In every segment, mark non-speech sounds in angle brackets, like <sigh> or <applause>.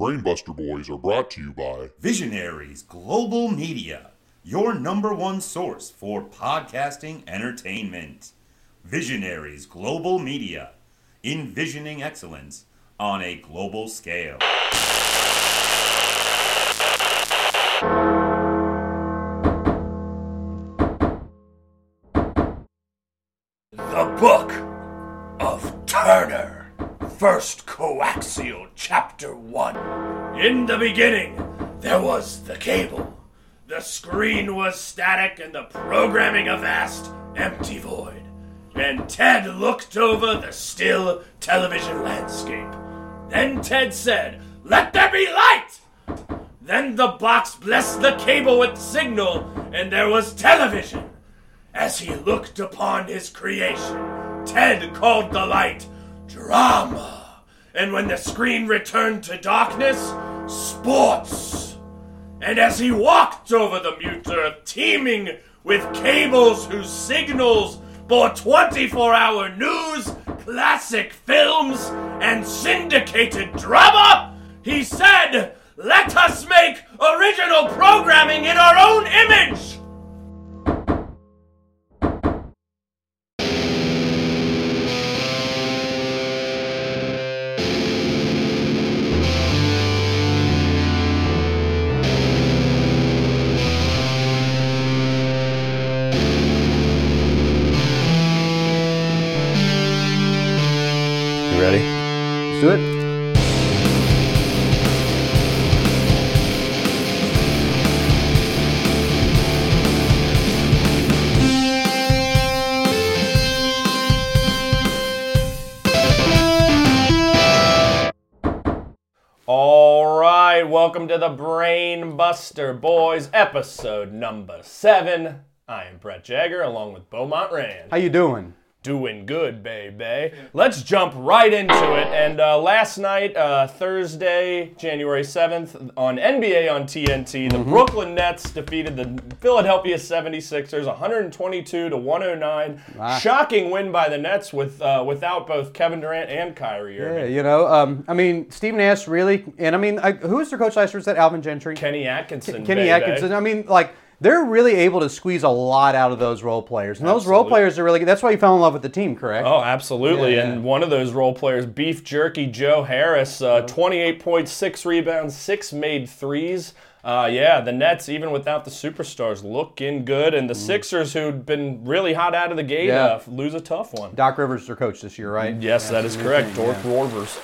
Brainbuster Boys are brought to you by Visionaries Global Media, your number one source for podcasting entertainment. Visionaries Global Media, envisioning excellence on a global scale. The Book of Turner, First Coaxial, Chapter 1. In the beginning, there was the cable. The screen was static and the programming a vast, empty void. And Ted looked over the still television landscape. Then Ted said, Let there be light! Then the box blessed the cable with signal, and there was television. As he looked upon his creation, Ted called the light drama. And when the screen returned to darkness, sports. And as he walked over the mute earth, teeming with cables whose signals bore 24 hour news, classic films, and syndicated drama, he said, Let us make original programming in our own image! You ready? Let's do it. All right, welcome to the Brain Buster Boys episode number seven. I am Brett Jagger along with Beaumont Rand. How you doing? Doing good, baby. Let's jump right into it. And uh, last night, uh, Thursday, January 7th, on NBA on TNT, Mm-hmm. the Brooklyn Nets defeated the Philadelphia 76ers 122 to 109. Shocking win by the Nets with uh, without both Kevin Durant and Kyrie Irving. Yeah, you know, um, I mean, Steve Nash really, and I mean, I, who was their coach last year? Was that Alvin Gentry? Kenny Atkinson. Kenny baby. Atkinson. I mean, like they're really able to squeeze a lot out of those role players, and those role Absolutely. players are really. That's why you fell in love with the team, correct? Oh, absolutely. Yeah, yeah. And one of those role players, Beef Jerky Joe Harris, uh, Mm-hmm. 28 points, six rebounds, six made threes. Uh, yeah, the Nets, even without the superstars, looking good. And the Sixers, who'd been really hot out of the gate, Mm. Yeah. uh, lose a tough one. Doc Rivers is their coach this year, right? Yes, that is correct. Dork Rorvers.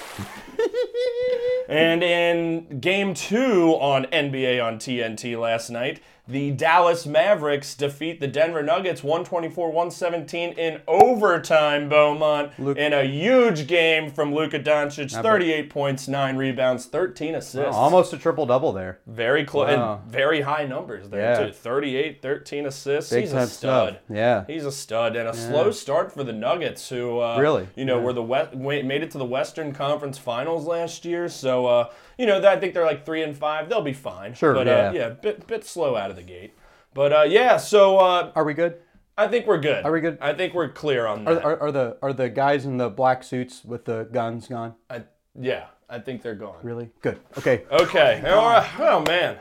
<laughs> and in game two on NBA on TNT last night, the Dallas Mavericks defeat the Denver Nuggets 124 117 in overtime, Beaumont, in a huge game from Luka Doncic 38 points, 9 rebounds, 13 assists. Oh, Almost a triple double there. Very close Wow. and very high numbers there Yeah. too. 38, 13 assists. Big He's time a stuff. stud. Yeah. He's a stud and a slow start for the Nuggets who uh, Really? you know, were the West, made it to the Western Conference Finals last year. So uh, you know, I think they're like 3 and 5. They'll be fine. Sure, But yeah. uh, yeah, bit bit slow out of the gate. But uh, yeah, so uh, Are we good? I think we're good. Are we good? I think we're clear on Are, that. are, are the are the guys in the black suits with the guns gone? I, yeah, I think they're gone. Really good. Okay. Uh, Okay. All right. Oh man.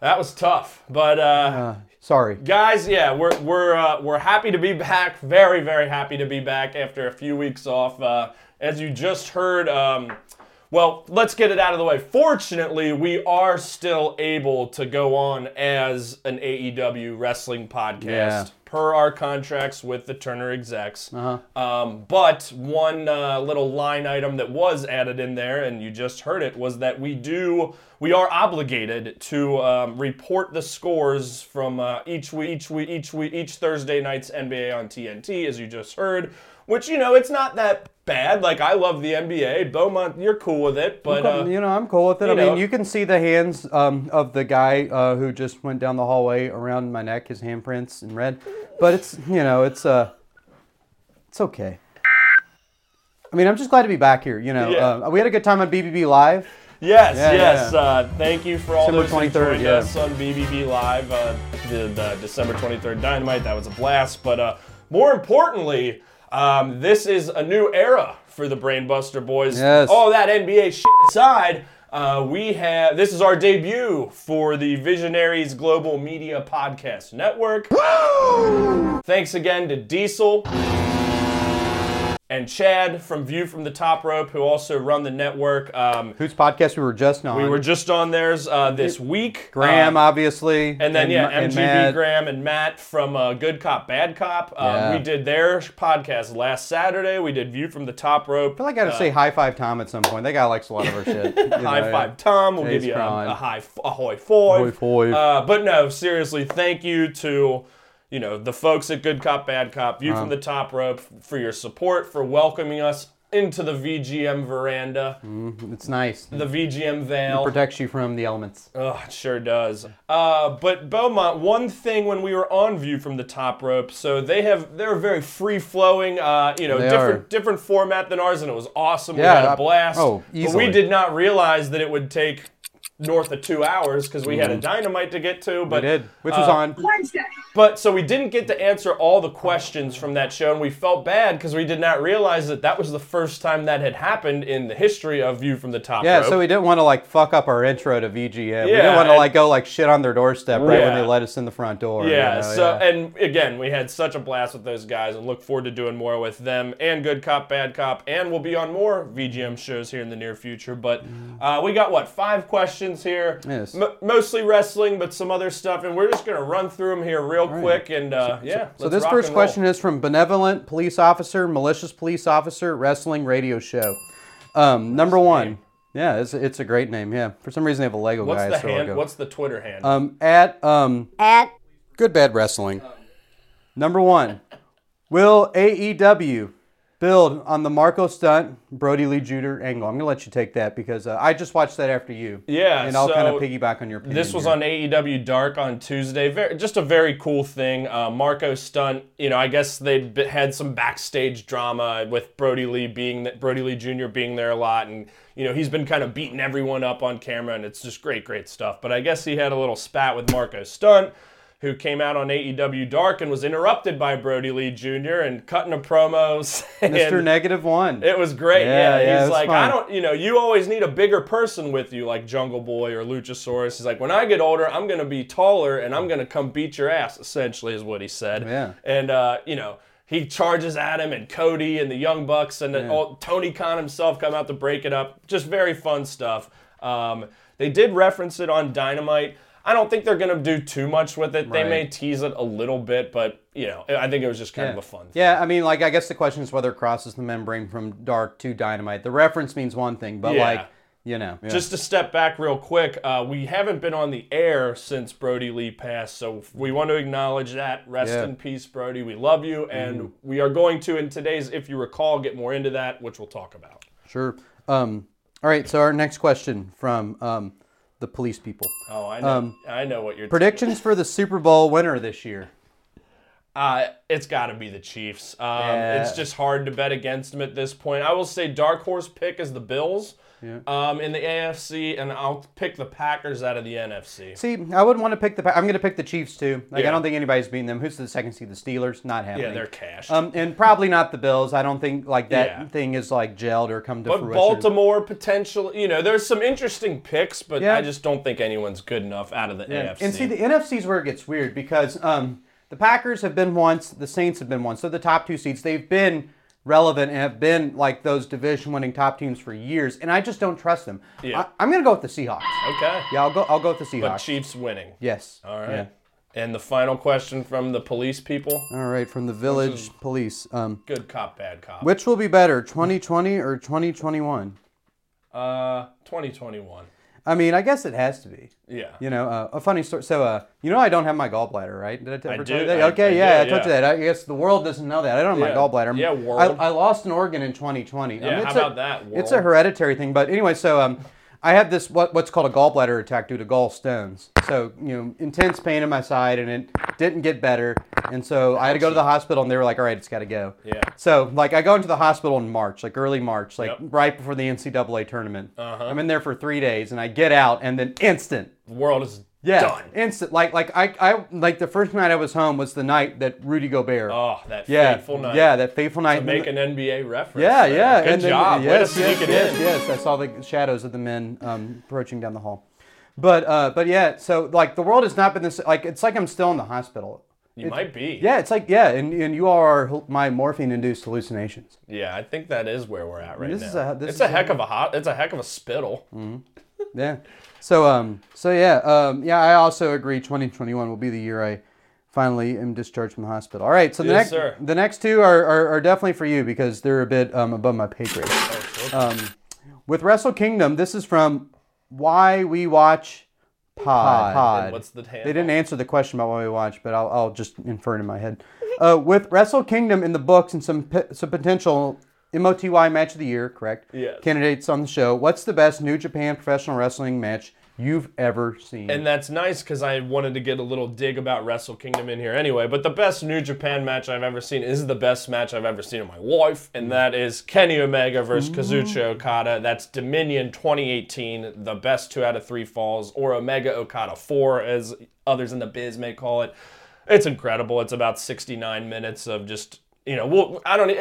That was tough. But uh Uh, sorry. guys yeah we're we're uh, we're happy to be back very very happy to be back after a few weeks off uh, as you just heard um, well let's get it out of the way fortunately we are still able to go on as an aew wrestling podcast Yeah. per our contracts with the turner execs um, but one uh, little line item that was added in there, and you just heard it, was that we do we are obligated to um, report the scores from uh, each week, each week, each week, each Thursday night's NBA on TNT, as you just heard. Which you know, it's not that bad. Like I love the NBA. Beaumont, you're cool with it, but uh, you know, I'm cool with it. I you mean, know- you can see the hands um, of the guy uh, who just went down the hallway around my neck, his handprints in red. But it's, you know, it's uh, it's okay. I mean, I'm just glad to be back here. You know, Yeah. uh, we had a good time on BBB Live. Yes, Yeah, yes. yeah. Uh, thank you for all December those who 23rd, joined yeah. us on BBB Live, uh, the, the December 23rd Dynamite. That was a blast. But uh, more importantly, um, this is a new era for the Brainbuster Boys. Yes. All that NBA shit aside, Uh, we have this is our debut for the Visionaries Global Media Podcast Network. Thanks again to Diesel and Chad from View from the Top Rope, who also run the network. Um, Whose podcast we were just on? we were just on theirs uh, this week. Graham, Uh, obviously, and then yeah, and MGB Matt. Graham and Matt from uh, Good Cop Bad Cop. Um, Yeah. We did their podcast last Saturday. We did View from the Top Rope. I feel like I gotta say high five Tom at some point. That guy likes a lot of our shit. you know, Uh, <laughs> high yeah. five, Tom. We'll Yeah, give he's you fine. a, a high f- a high five. High five. Uh, but no, seriously, thank you to you know the folks at Good Cop Bad Cop, you from the top rope for your support, for welcoming us into the VGM veranda, It's nice. the VGM veil. protects you from the elements. Oh, it sure does. Uh, but Beaumont, one thing when we were on view from the top rope, so they have they're very free flowing, uh, you know, They different are. different format than ours, and it was awesome. Yeah, we had I- a blast. oh, But we easily. did not realize that it would take north of two hours because we had a dynamite to get to. But I Mm-hmm. did, which was uh, on. but so we didn't get to answer all the questions from that show, and we felt bad because we did not realize that that was the first time that had happened in the history of view from the top Yeah, rope. so we didn't want to like fuck up our intro to VGM. we Yeah, didn't want to and- like go like shit on their doorstep right when Yeah. they let us in the front door. you Yeah. know, so Oh, yeah. and again, we had such a blast with those guys, and look forward to doing more with them and Good Cop, Bad Cop, and we'll be on more Mm-hmm. VGM shows here in the near future. But uh, we got what five questions here, Yes. M- mostly wrestling, but some other stuff, and we're just gonna run through them here real quick. And uh, yeah, So this first question is from benevolent police officer, malicious police officer, wrestling radio show. Um, number one. Yeah, it's, it's a great name. Yeah, for some reason they have a Lego What's guy. the so I'll hand? go- What's the Twitter hand? um, at um, At Good Bad Wrestling. Number one, will AEW build on the Marco stunt, Brody Lee Juder angle? I'm going to let you take that because uh, I just watched that after you. Yeah, And I'll kind so of piggyback on your opinion. This was here. on AEW Dark on Tuesday. Very, just a very cool thing. Uh, Marco Stunt, you know, I guess they would had some backstage drama with Brody Lee being that Brody Lee Jr. being there a lot, and you know he's been kind of beating everyone up on camera, and it's just great, great stuff. But I guess he had a little spat with Marco Stunt. Who came out on AEW Dark and was interrupted by Brody Lee Jr. and cutting a promo <laughs> saying, Mr. Negative <laughs> One. it was great. Yeah, Yeah, yeah, it he's was like, fun. I don't, you know, you always need a bigger person with you, like Jungle Boy or Luchasaurus. He's like, when I get older, I'm gonna be taller and I'm gonna come beat your ass. Essentially, is what he said. Yeah. And uh, you know, he charges at him and Cody and the Young Bucks and the, all, Tony Khan himself come out to break it up. Just very fun stuff. Um, they did reference it on Dynamite. I don't think they're gonna do too much with it. They Right. may tease it a little bit, but you know, I think it was just kind of a fun. thing. Yeah, I mean, like, I guess the question is whether it crosses the membrane from dark to dynamite. The reference means one thing, but Yeah. like, you know, yeah. Just to step back real quick, uh, we haven't been on the air since Brody Lee passed, so we want to acknowledge that. Rest Yeah. Mm. in peace, Brody. We love you, and we are going to in today's, if you recall, get more into that, which we'll talk about. sure. Um, all right, so our next question from um, the police people. Oh, I know, Um, I know what you're. Predictions for the Super Bowl winner this year. Uh, it's got to be the Chiefs. Um, Yeah. It's just hard to bet against them at this point. I will say dark horse pick is the Bills um, in the AFC, and I'll pick the Packers out of the NFC. See, I would want to pick the. I'm going to pick the Chiefs too. Like Yeah. I don't think anybody's beating them. Who's the second seed? The Steelers. Not happening. Yeah, they're cash. Um, and probably not the Bills. I don't think like that Yeah. thing is like gelled or come to But fruition. Baltimore potential, you know, there's some interesting picks, but Yeah. I just don't think anyone's good enough out of the And- AFC. And see, the NFC is where it gets weird because um, the Packers have been once, the Saints have been once. So the top two seeds, they've been relevant and have been like those division-winning top teams for years. And I just don't trust them. Yeah. I, am going to go with the Seahawks. okay. Yeah, I'll go. I'll go with the But Seahawks. Chiefs winning. yes. All right. Yeah. And the final question from the police people: All right. From the Village Police. Um, Good cop, bad cop. Which will be better, 2020 or 2021? uh, 2021. I mean, I guess it has to be. Yeah. You know, uh, a funny story. So, uh, you know, I don't have my gallbladder, right? Did I t- ever tell do- you that? I- okay, I yeah, did, I told you yeah. that. I guess the world doesn't know that. I don't have Yeah. my gallbladder. Yeah, I'm- world. I, I lost an organ in 2020. Yeah, I how mean, it's a- about that, It's a world? hereditary thing. But anyway, so um, I have this what what's called a gallbladder attack due to gallstones. So you know, intense pain in my side, and it didn't get better. And so I had to go to the hospital, and they were like, "All right, it's got to go." Yeah. So like, I go into the hospital in March, like early March, like Yep. right before the NCAA tournament. Uh-huh. I'm in there for three days, and I get out, and then instant The world is Yeah, Done. instant. Like like I, I like the first night I was home was the night that Rudy Gobert. Oh, that yeah, fateful night. Yeah, that fateful night. Make an NBA reference. yeah, there. yeah. Good and then- job. Way to yes, sneak yes, it yes, in. yes. I saw the shadows of the men um, approaching down the hall. But uh, but yeah, so like the world has not been this. Like it's like I'm still in the hospital. You might be. Yeah, it's like yeah, and, and you all are hal- my morphine-induced hallucinations. Yeah, I think that is where we're at right This now. is a- this it's is a a- heck of a hot. It's a heck of a spittle. Yeah. So um so yeah um yeah I also agree 2021 will be the year I finally am discharged from the hospital. All right, so the Yes, next sir. the next two are, are, are definitely for you because they're a bit um, above my pay grade. Oh, Um, with Wrestle Kingdom, this is from Why We Watch Pod. And what's the handle? They didn't answer the question about why we watch, but I'll, I'll just infer it in my head. Uh, with Wrestle Kingdom in the books and some p- some potential MOTY match of the year, correct? Yes. Candidates on the show. What's the best New Japan professional wrestling match you've ever seen? And that's nice because I wanted to get a little dig about Wrestle Kingdom in here anyway. But the best New Japan match I've ever seen is the best match I've ever seen in my life, and that is Kenny Omega versus Kazuchika Okada. That's Dominion 2018, the best two out of three falls, or Omega Okada 4, as others in the biz may call it. It's incredible. It's about 69 minutes of just, you know, well, I don't. e,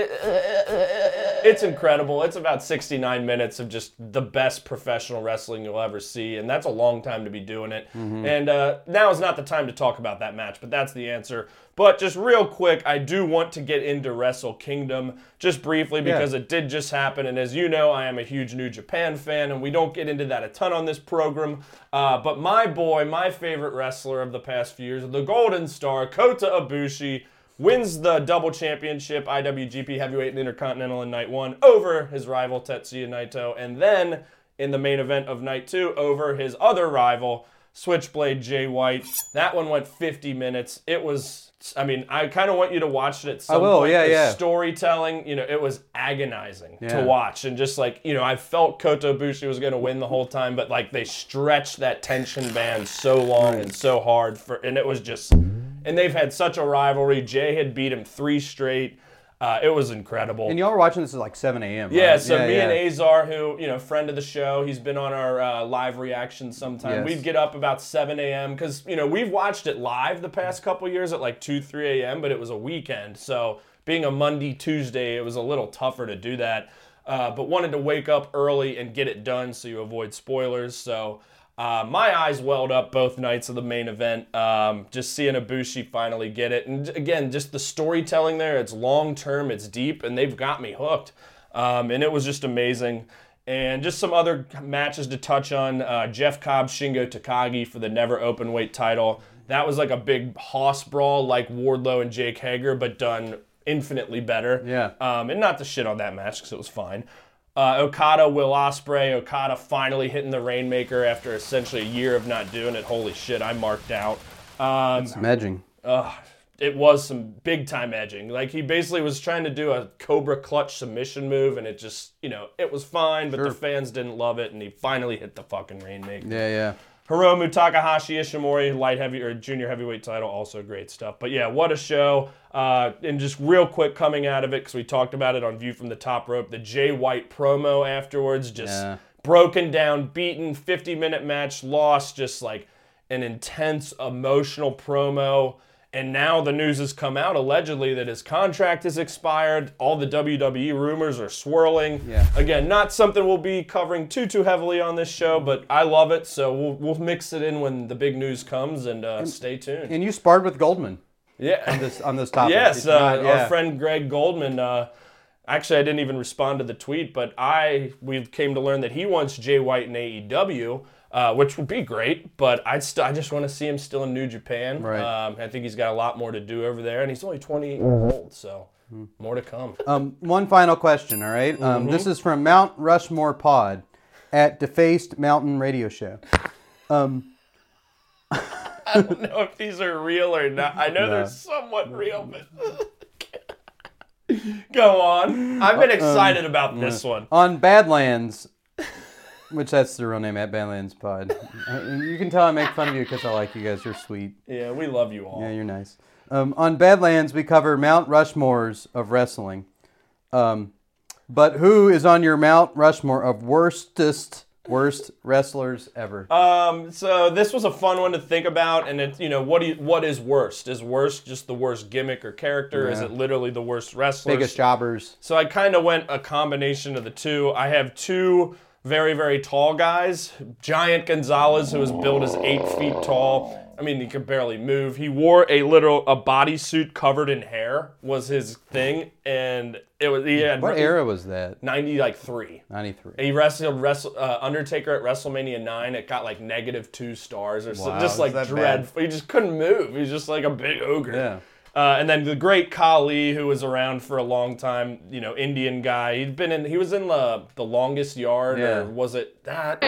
It's incredible. It's about 69 minutes of just the best professional wrestling you'll ever see, and that's a long time to be doing it. And uh, now is not the time to talk about that match, but that's the answer. But just real quick, I do want to get into Wrestle Kingdom just briefly because it did just happen. And as you know, I am a huge New Japan fan, and we don't get into that a ton on this program. Uh, but my boy, my favorite wrestler of the past few years, the Golden Star, Kota Ibushi wins the double championship IWGP Heavyweight and Intercontinental in night one over his rival Tetsuya Naito, and then in the main event of night two over his other rival Switchblade Jay White. That one went 50 minutes. It was, I mean, I kind of want you to watch it at some will, point. yeah, The yeah. Storytelling, you know, it was agonizing Yeah. to watch, and just like you know, I felt Kota Ibushi was going to win the whole time, but like they stretched that tension band so long and so hard for, and it was just and they've had such a rivalry. Jay had beat him three straight. Uh, it was incredible. And y'all are watching this at like 7 a.m. right? yeah, so me yeah. and Azar, who you know, friend of the show, he's been on our uh, live reaction sometime. Yes. We'd get up about 7 a.m. because you know we've watched it live the past couple years at like 2, 3 a.m. But it was a weekend, so being a Monday, Tuesday, it was a little tougher to do that. Uh, but wanted to wake up early and get it done so you avoid spoilers. So uh, my eyes welled up both nights of the main event. Um, just seeing Ibushi finally get it, and again, just the storytelling there. It's long term, it's deep, and they've got me hooked. Um, and it was just amazing. And just some other matches to touch on: uh, Jeff Cobb, Shingo Takagi for the never open weight title. That was like a big hoss brawl, like Wardlow and Jake Hager, but done infinitely better. Yeah. Um, and not to shit on that match because it was fine. Uh, Okada, Will Osprey, Okada finally hitting the Rainmaker after essentially a year of not doing it. Holy shit, I marked out. Um, It's edging. it was some big time edging. Like he basically was trying to do a Cobra clutch submission move, and it just, you know, it was fine, but the fans didn't love it, and he finally hit the fucking Rainmaker. Yeah, yeah. Hiromu Takahashi Ishimori, light heavy or junior heavyweight title, also great stuff. But yeah, what a show! Uh, and just real quick coming out of it because we talked about it on View from the Top Rope, the Jay White promo afterwards, just Yeah. broken down, beaten, 50 minute match, lost, just like an intense emotional promo. And now the news has come out allegedly that his contract has expired. All the WWE rumors are swirling. Yeah. Again, not something we'll be covering too too heavily on this show, but I love it, so we'll, we'll mix it in when the big news comes and, uh, stay tuned. And you sparred with Goldman yeah. this on this topic. Yes, It's uh, not- yeah. our friend Greg Goldman. Uh, actually, I didn't even respond to the tweet, but I we came to learn that he wants Jay White in AEW, uh, which would be great. But I st- I just want to see him still in New Japan. Right. Um, I think he's got a lot more to do over there, and he's only 28 Mm-hmm. years old, so Hmm. more to <laughs> come. Um, one final question, all right? Um, This Mm-hmm. is from Mount Rushmore Pod at Defaced Mountain Radio Show. I don't know if these are real or not. I know they're somewhat real, but. <laughs> Go on. I've Uh, um, been excited about this one. on Badlands, which that's the real name at Badlands Pod. I- you can tell I make fun of you because I like you guys. You're sweet. Yeah, we love you all. Yeah, you're nice. Um, on Badlands, we cover Mount Rushmores of wrestling. Um, but who is on your Mount Rushmore of worstest Worst wrestlers ever. So this was a fun one to think about, and it's you know what do you, what is worst? Is worst just the worst gimmick or character? Is it literally the worst wrestler? Biggest jobbers. So I kind of went a combination of the two. I have two very very tall guys, giant Gonzalez, who was billed as eight feet tall. I mean, he could barely move. He wore a literal a bodysuit covered in hair was his thing, and it was he had What era was that? ninety like three. 93. He wrestled wrestle, uh, Undertaker at WrestleMania 9. It got like negative two stars or something. Wow, Just is like that dreadful. He just couldn't move. He was just like a big ogre. Yeah. Uh, and then the great Kali, who was around for a long time, you know, Indian guy. He'd been in, he was in the the longest yard, Yeah. or was it that,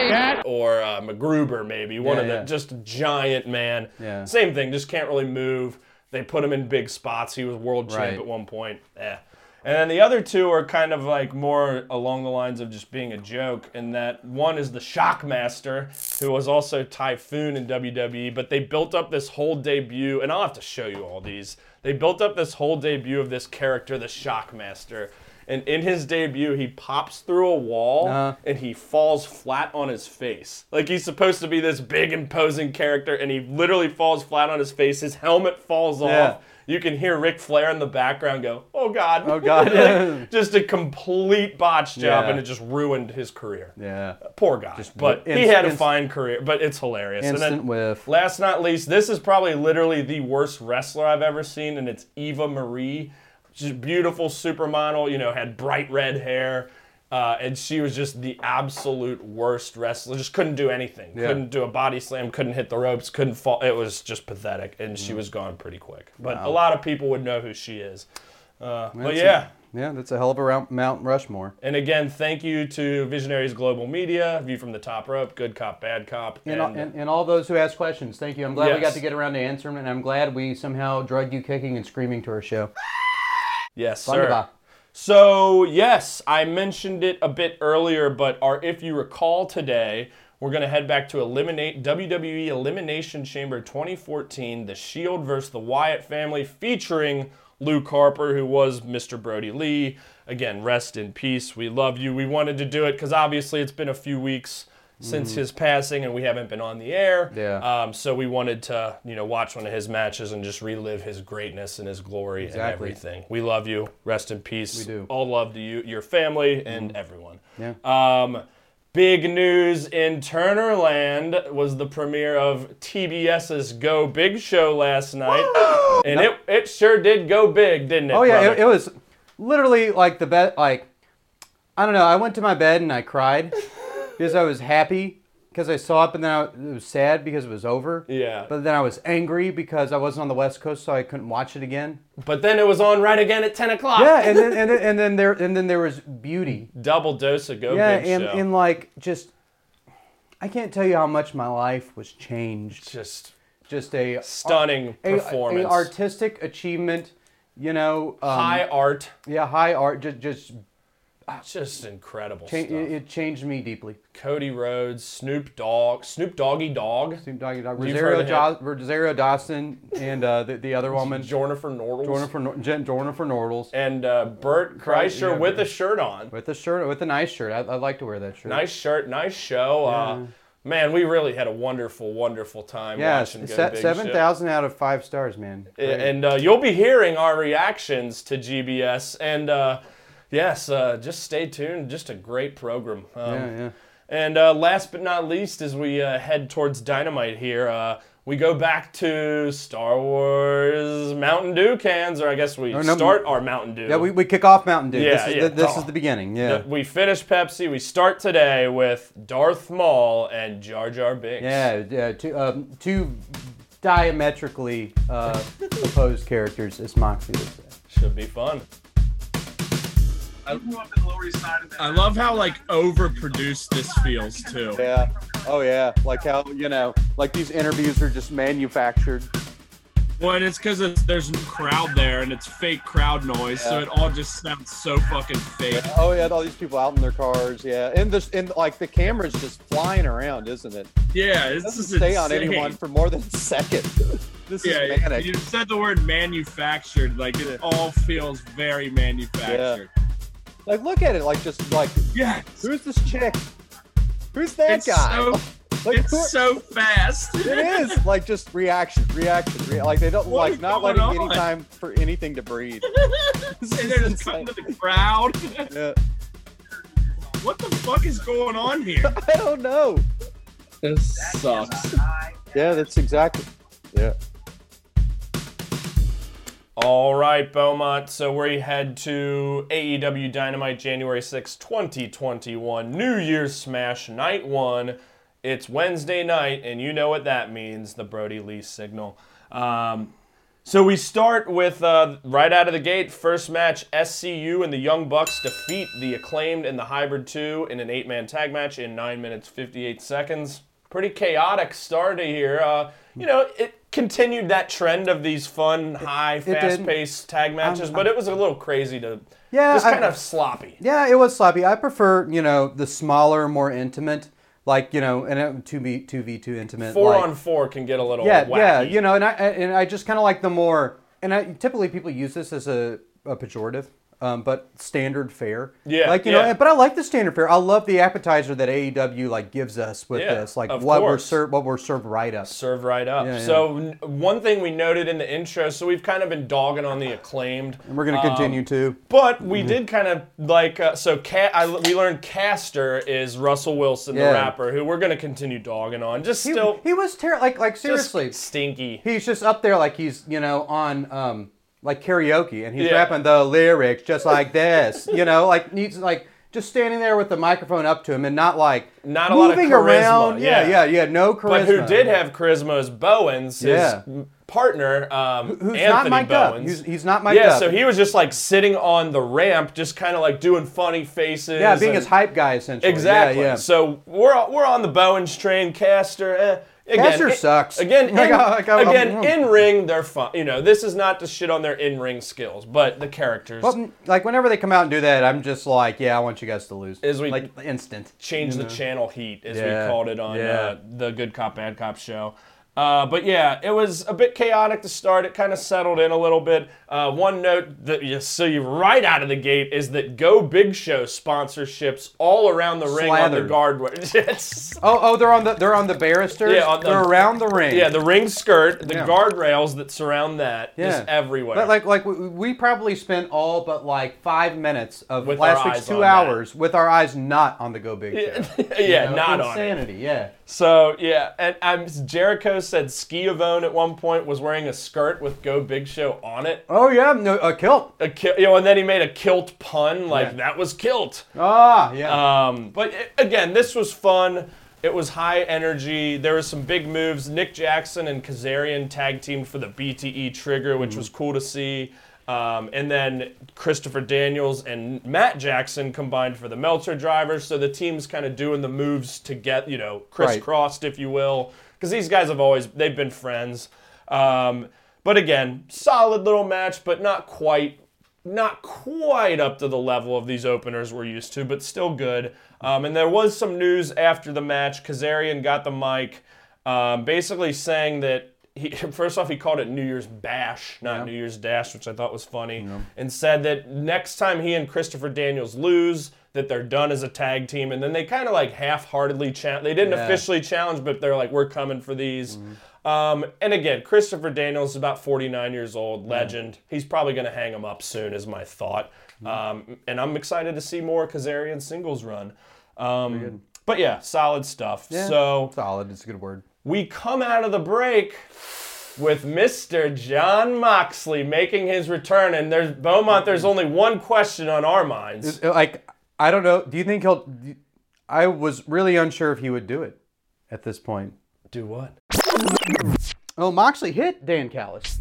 or uh, McGruber maybe, one Yeah, of the yeah. just a giant man. Yeah. Same thing, just can't really move. They put him in big spots. He was world champ Right. at one point. Yeah. And then the other two are kind of like more along the lines of just being a joke. And that one is the Shockmaster, who was also Typhoon in WWE. But they built up this whole debut, and I'll have to show you all these. They built up this whole debut of this character, the Shockmaster. And in his debut, he pops through a wall Uh-huh. and he falls flat on his face. Like he's supposed to be this big imposing character, and he literally falls flat on his face. His helmet falls Yeah. off. You can hear Ric Flair in the background go, "Oh God, Oh, God. Like, <laughs> just a complete botch job, Yeah. and it just ruined his career. <laughs> Yeah. Poor guy, but he inst- had a inst- fine career. But it's hilarious. And then- Instant whiff. Last not least, this is probably literally the worst wrestler I've ever seen, and it's Eva Marie. She's a beautiful supermodel, you know, had bright red hair, uh, and she was just the absolute worst wrestler. Just couldn't do anything. Couldn't do a body slam, couldn't hit the ropes, couldn't fall. It was just pathetic, and Mm. she was gone pretty quick. But a lot of people would know who she is. Uh, but That's a- yeah. Yeah, that's a hell of a round, Mount Rushmore. And again, thank you to Visionaries Global Media, View from the Top Rope, Good Cop, Bad Cop, And, all- and, and all those who asked questions, thank you. I'm glad we got Yes. to get around to answering, and I'm glad we somehow drug you kicking and screaming to our show. yes, sir. Wunderbar. So, yes, I mentioned it a bit earlier, but our, if you recall today, we're going to head back to eliminate WWE Elimination Chamber 2014, The Shield versus the Wyatt family featuring Luke Harper who was Mr. Brody Lee. Again, rest in peace. We love you. We wanted to do it cuz obviously it's been a few weeks since his passing and we haven't been on the air. Yeah. Um, so we wanted to, you know, watch one of his matches and just relive his greatness and his glory and Exactly. everything. We love you. Rest in peace. We do. Mm-hmm. All love to you, your family, and everyone. Yeah. Um, big news in Turnerland was the premiere of TBS's Go Big show last night, and it, it sure did go big, didn't it? Oh yeah, brother? it, it was literally like the best. Like I don't know. I went to my bed and I <laughs> cried because I was happy because I saw it, and then I it was sad because it was over. Yeah. But then I was angry because I wasn't on the West Coast, so I couldn't watch it again. But then it was on right again at 10 o'clock. Yeah, and then and then, and then there and then there was beauty. Double dose of Go Yeah, Big and show. and like just. I can't tell you how much my life was changed. just Just a stunning a, performance. a artistic achievement, you know. Um, High art, Yeah, high art. Just, just just incredible cha- it, stuff. it changed me deeply. Cody Rhodes, Snoop Dogg, Snoop Doggy Dogg, Snoop Doggy Dogg. You've heard Rosario, of jo- Rosario Dawson and uh, the, the other woman, Jornifer Nordles, Jornifer, Nor- Jen Jornifer Nordles, and uh, Burt Kreischer, Kreischer yeah, with a Burt. shirt on. with a shirt, with a nice shirt. I, I'd like to wear that shirt. Nice shirt, nice show. Uh, man, we really had a wonderful, wonderful time Yeah, watching Go Big seven Show. thousand out of five stars, man. Great. And uh, you'll be hearing our reactions to GBS. And uh, yes, uh, just stay tuned. Just a great program. Um, yeah, yeah. And uh, last but not least, as we uh, head towards Dynamite here, uh, we go back to Star Wars Mountain Dew cans, or I guess we Oh, no, start our Mountain Dew. Yeah, we, we kick off Mountain Dew. Yeah, this is, yeah. The, this Oh. is the beginning. Yeah. we finish Pepsi. We start today with Darth Maul and Jar Jar Binks. Yeah, yeah. Two, um, two diametrically uh, opposed characters, as Moxie would say. should be fun. I love how like overproduced this feels too. Yeah. Oh yeah. Like how you know, like these interviews are just manufactured. Well, and it's because there's no crowd there and it's fake crowd noise, so it all just sounds so fucking fake. Oh yeah, all these people out in their cars. Yeah, and this and like the camera's just flying around, isn't it? Yeah, It this doesn't is insane. stay on anyone for more than a second. <laughs> This <laughs> is Yeah, manic. you said the word manufactured. Like it all feels very manufactured. Like look at it, like just like Yes. who's this chick? Who's that It's guy? <laughs> so Like, who- it's so <laughs> fast. it is like just reaction, reaction, rea- like they don't What like is not going letting any on? time for anything to breathe. <laughs> and they're just cutting to the crowd. <laughs> Yeah. what the fuck is going on here? <laughs> I don't know. This sucks. Yeah, that's exactly. Yeah. All right, Beaumont. So we head to AEW Dynamite January sixth, 2021. New Year's Smash Night 1. It's Wednesday night, and you know what that means the Brody Lee signal. Um, so we start with uh, right out of the gate first match SCU and the Young Bucks defeat the acclaimed and the Hybrid 2 in an eight man tag match in 9 minutes 58 seconds. Pretty chaotic start to here. Uh, you know, it continued that trend of these fun, high, did. fast paced tag matches, but it was a little crazy to. Yeah, Just I- kind of sloppy. Yeah, it was sloppy. I prefer, you know, the smaller, more intimate, like you know, and it, two v two v two intimate. Four like- on four can get a little yeah, wacky. yeah, you know, and I and I just kind of like the more, and I typically people use this as a, a pejorative, um, but standard fare. Yeah, like you yeah. know, but I like the standard fare. I love the appetizer that AEW like gives us with Yeah, this, like of what we're course. served, what we're served right up. serve right up. yeah. So n- one thing we noted in the intro, so we've kind of been dogging on the acclaimed, And we're Mm-hmm. gonna continue to. but we did kind of like uh, so. Ca- I, we learned Caster is Russell Wilson, Yeah. the rapper, who we're gonna continue dogging on. Just He, still he was terrible. Like like just seriously, stinky. he's just up there like he's you know on um like karaoke and he's Yeah. rapping the lyrics just like this <laughs> you know like he's like just standing there with the microphone up to him and not like Not a lot of charisma, around yeah yeah yeah. yeah no charisma But who did have charisma is Bowens, his Yeah. m- partner, um, who's Anthony not mic'd up Bowens. he's, he's not mic'd yeah, up so he was just like sitting on the ramp, just kind of like doing funny faces. yeah being and- his hype guy essentially Exactly. yeah, yeah. So we're we're on the Bowens train. Caster. Eh. Again, Caster in- sucks. Again, in, <laughs> Like, I- like, I'm- again, I'm- in ring they're fun. You know, this is not to shit on their in ring skills, but the characters Well, like whenever they come out and do that i'm just like yeah i want you guys to lose As we- like instant change the channel heat, as Yeah. we called it on Yeah. uh, the Good Cop Bad Cop show. Uh, but yeah, it was a bit chaotic to start. It kind of settled in a little bit. Uh, one note that you see right out of the gate is that Go Big Show sponsorships all around the ring on the Slathered. guard. <laughs> It's- oh oh they're on the they're on the barristers Yeah, on the- they're around the ring Yeah, the ring skirt, the Yeah. guardrails that surround that, Yeah. just everywhere. But like, like we, we probably spent all but like five minutes of With last our week's eyes two on that. hours with our eyes not on the Go Big Show. <laughs> <laughs> yeah, You know, not on it. insanity. Yeah, So yeah, and um, Jericho said Skiavone at one point was wearing a skirt with "Go Big Show" on it. Oh yeah, no, a kilt. A ki- you know, and then he made a kilt pun like that was kilt. Ah, yeah. Um, but it, again, this was fun. It was high energy. There was some big moves. Nick Jackson and Kazarian tag teamed for the BTE trigger, which was cool to see. Um, and then Christopher Daniels and Matt Jackson combined for the Meltzer driver. So the team's kind of doing the moves to get, you know, crisscrossed, if you will, because these guys have always they've been friends. Um, but again, solid little match, but not quite not quite up to the level of these openers we're used to, but still good. Um, and there was some news after the match. Kazarian got the mic, um, basically saying that. He, <laughs> first off, he called it New Year's Bash, not New Year's Dash, which I thought was funny, and said that next time he and Christopher Daniels lose, that they're done as a tag team. And then they kind of like half-heartedly challenge. They didn't Yeah. officially challenge, but they're like, "We're coming for these." Um, and again, Christopher Daniels is about 49 years old, legend. He's probably going to hang him up soon, is my thought. Um, and I'm excited to see more Kazarian singles run. Um, but yeah, solid stuff. So solid. It's a good word. we come out of the break with Mr. John Moxley making his return. And there's Beaumont, there's only one question on our minds. Like, I don't know. Do you think he'll? do- I was really unsure if he would do it at this point. Do what? Oh, Moxley hit Dan Callis.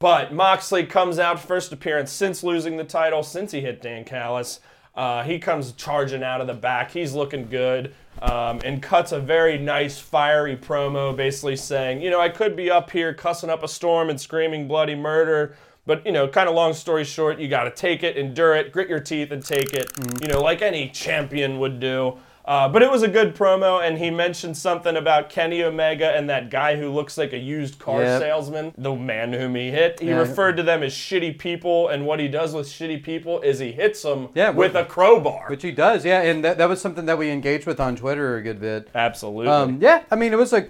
But Moxley comes out first appearance since losing the title, since he hit Dan Callis. Uh, he comes charging out of the back. He's looking good um, and cuts a very nice, fiery promo, basically saying, you know, I could be up here cussing up a storm and screaming bloody murder. But, you know, kind of long story short, you got to take it, endure it, grit your teeth, and take it, you know, like any champion would do. Uh, but it was a good promo, and he mentioned something about Kenny Omega and that guy who looks like a used car Yep. salesman, the man whom he hit. He Yeah. referred to them as shitty people, and what he does with shitty people is he hits them Yeah, with wh- a crowbar. Which he does, yeah, and that, that was something that we engaged with on Twitter a good bit. Absolutely. Um, yeah, I mean it was a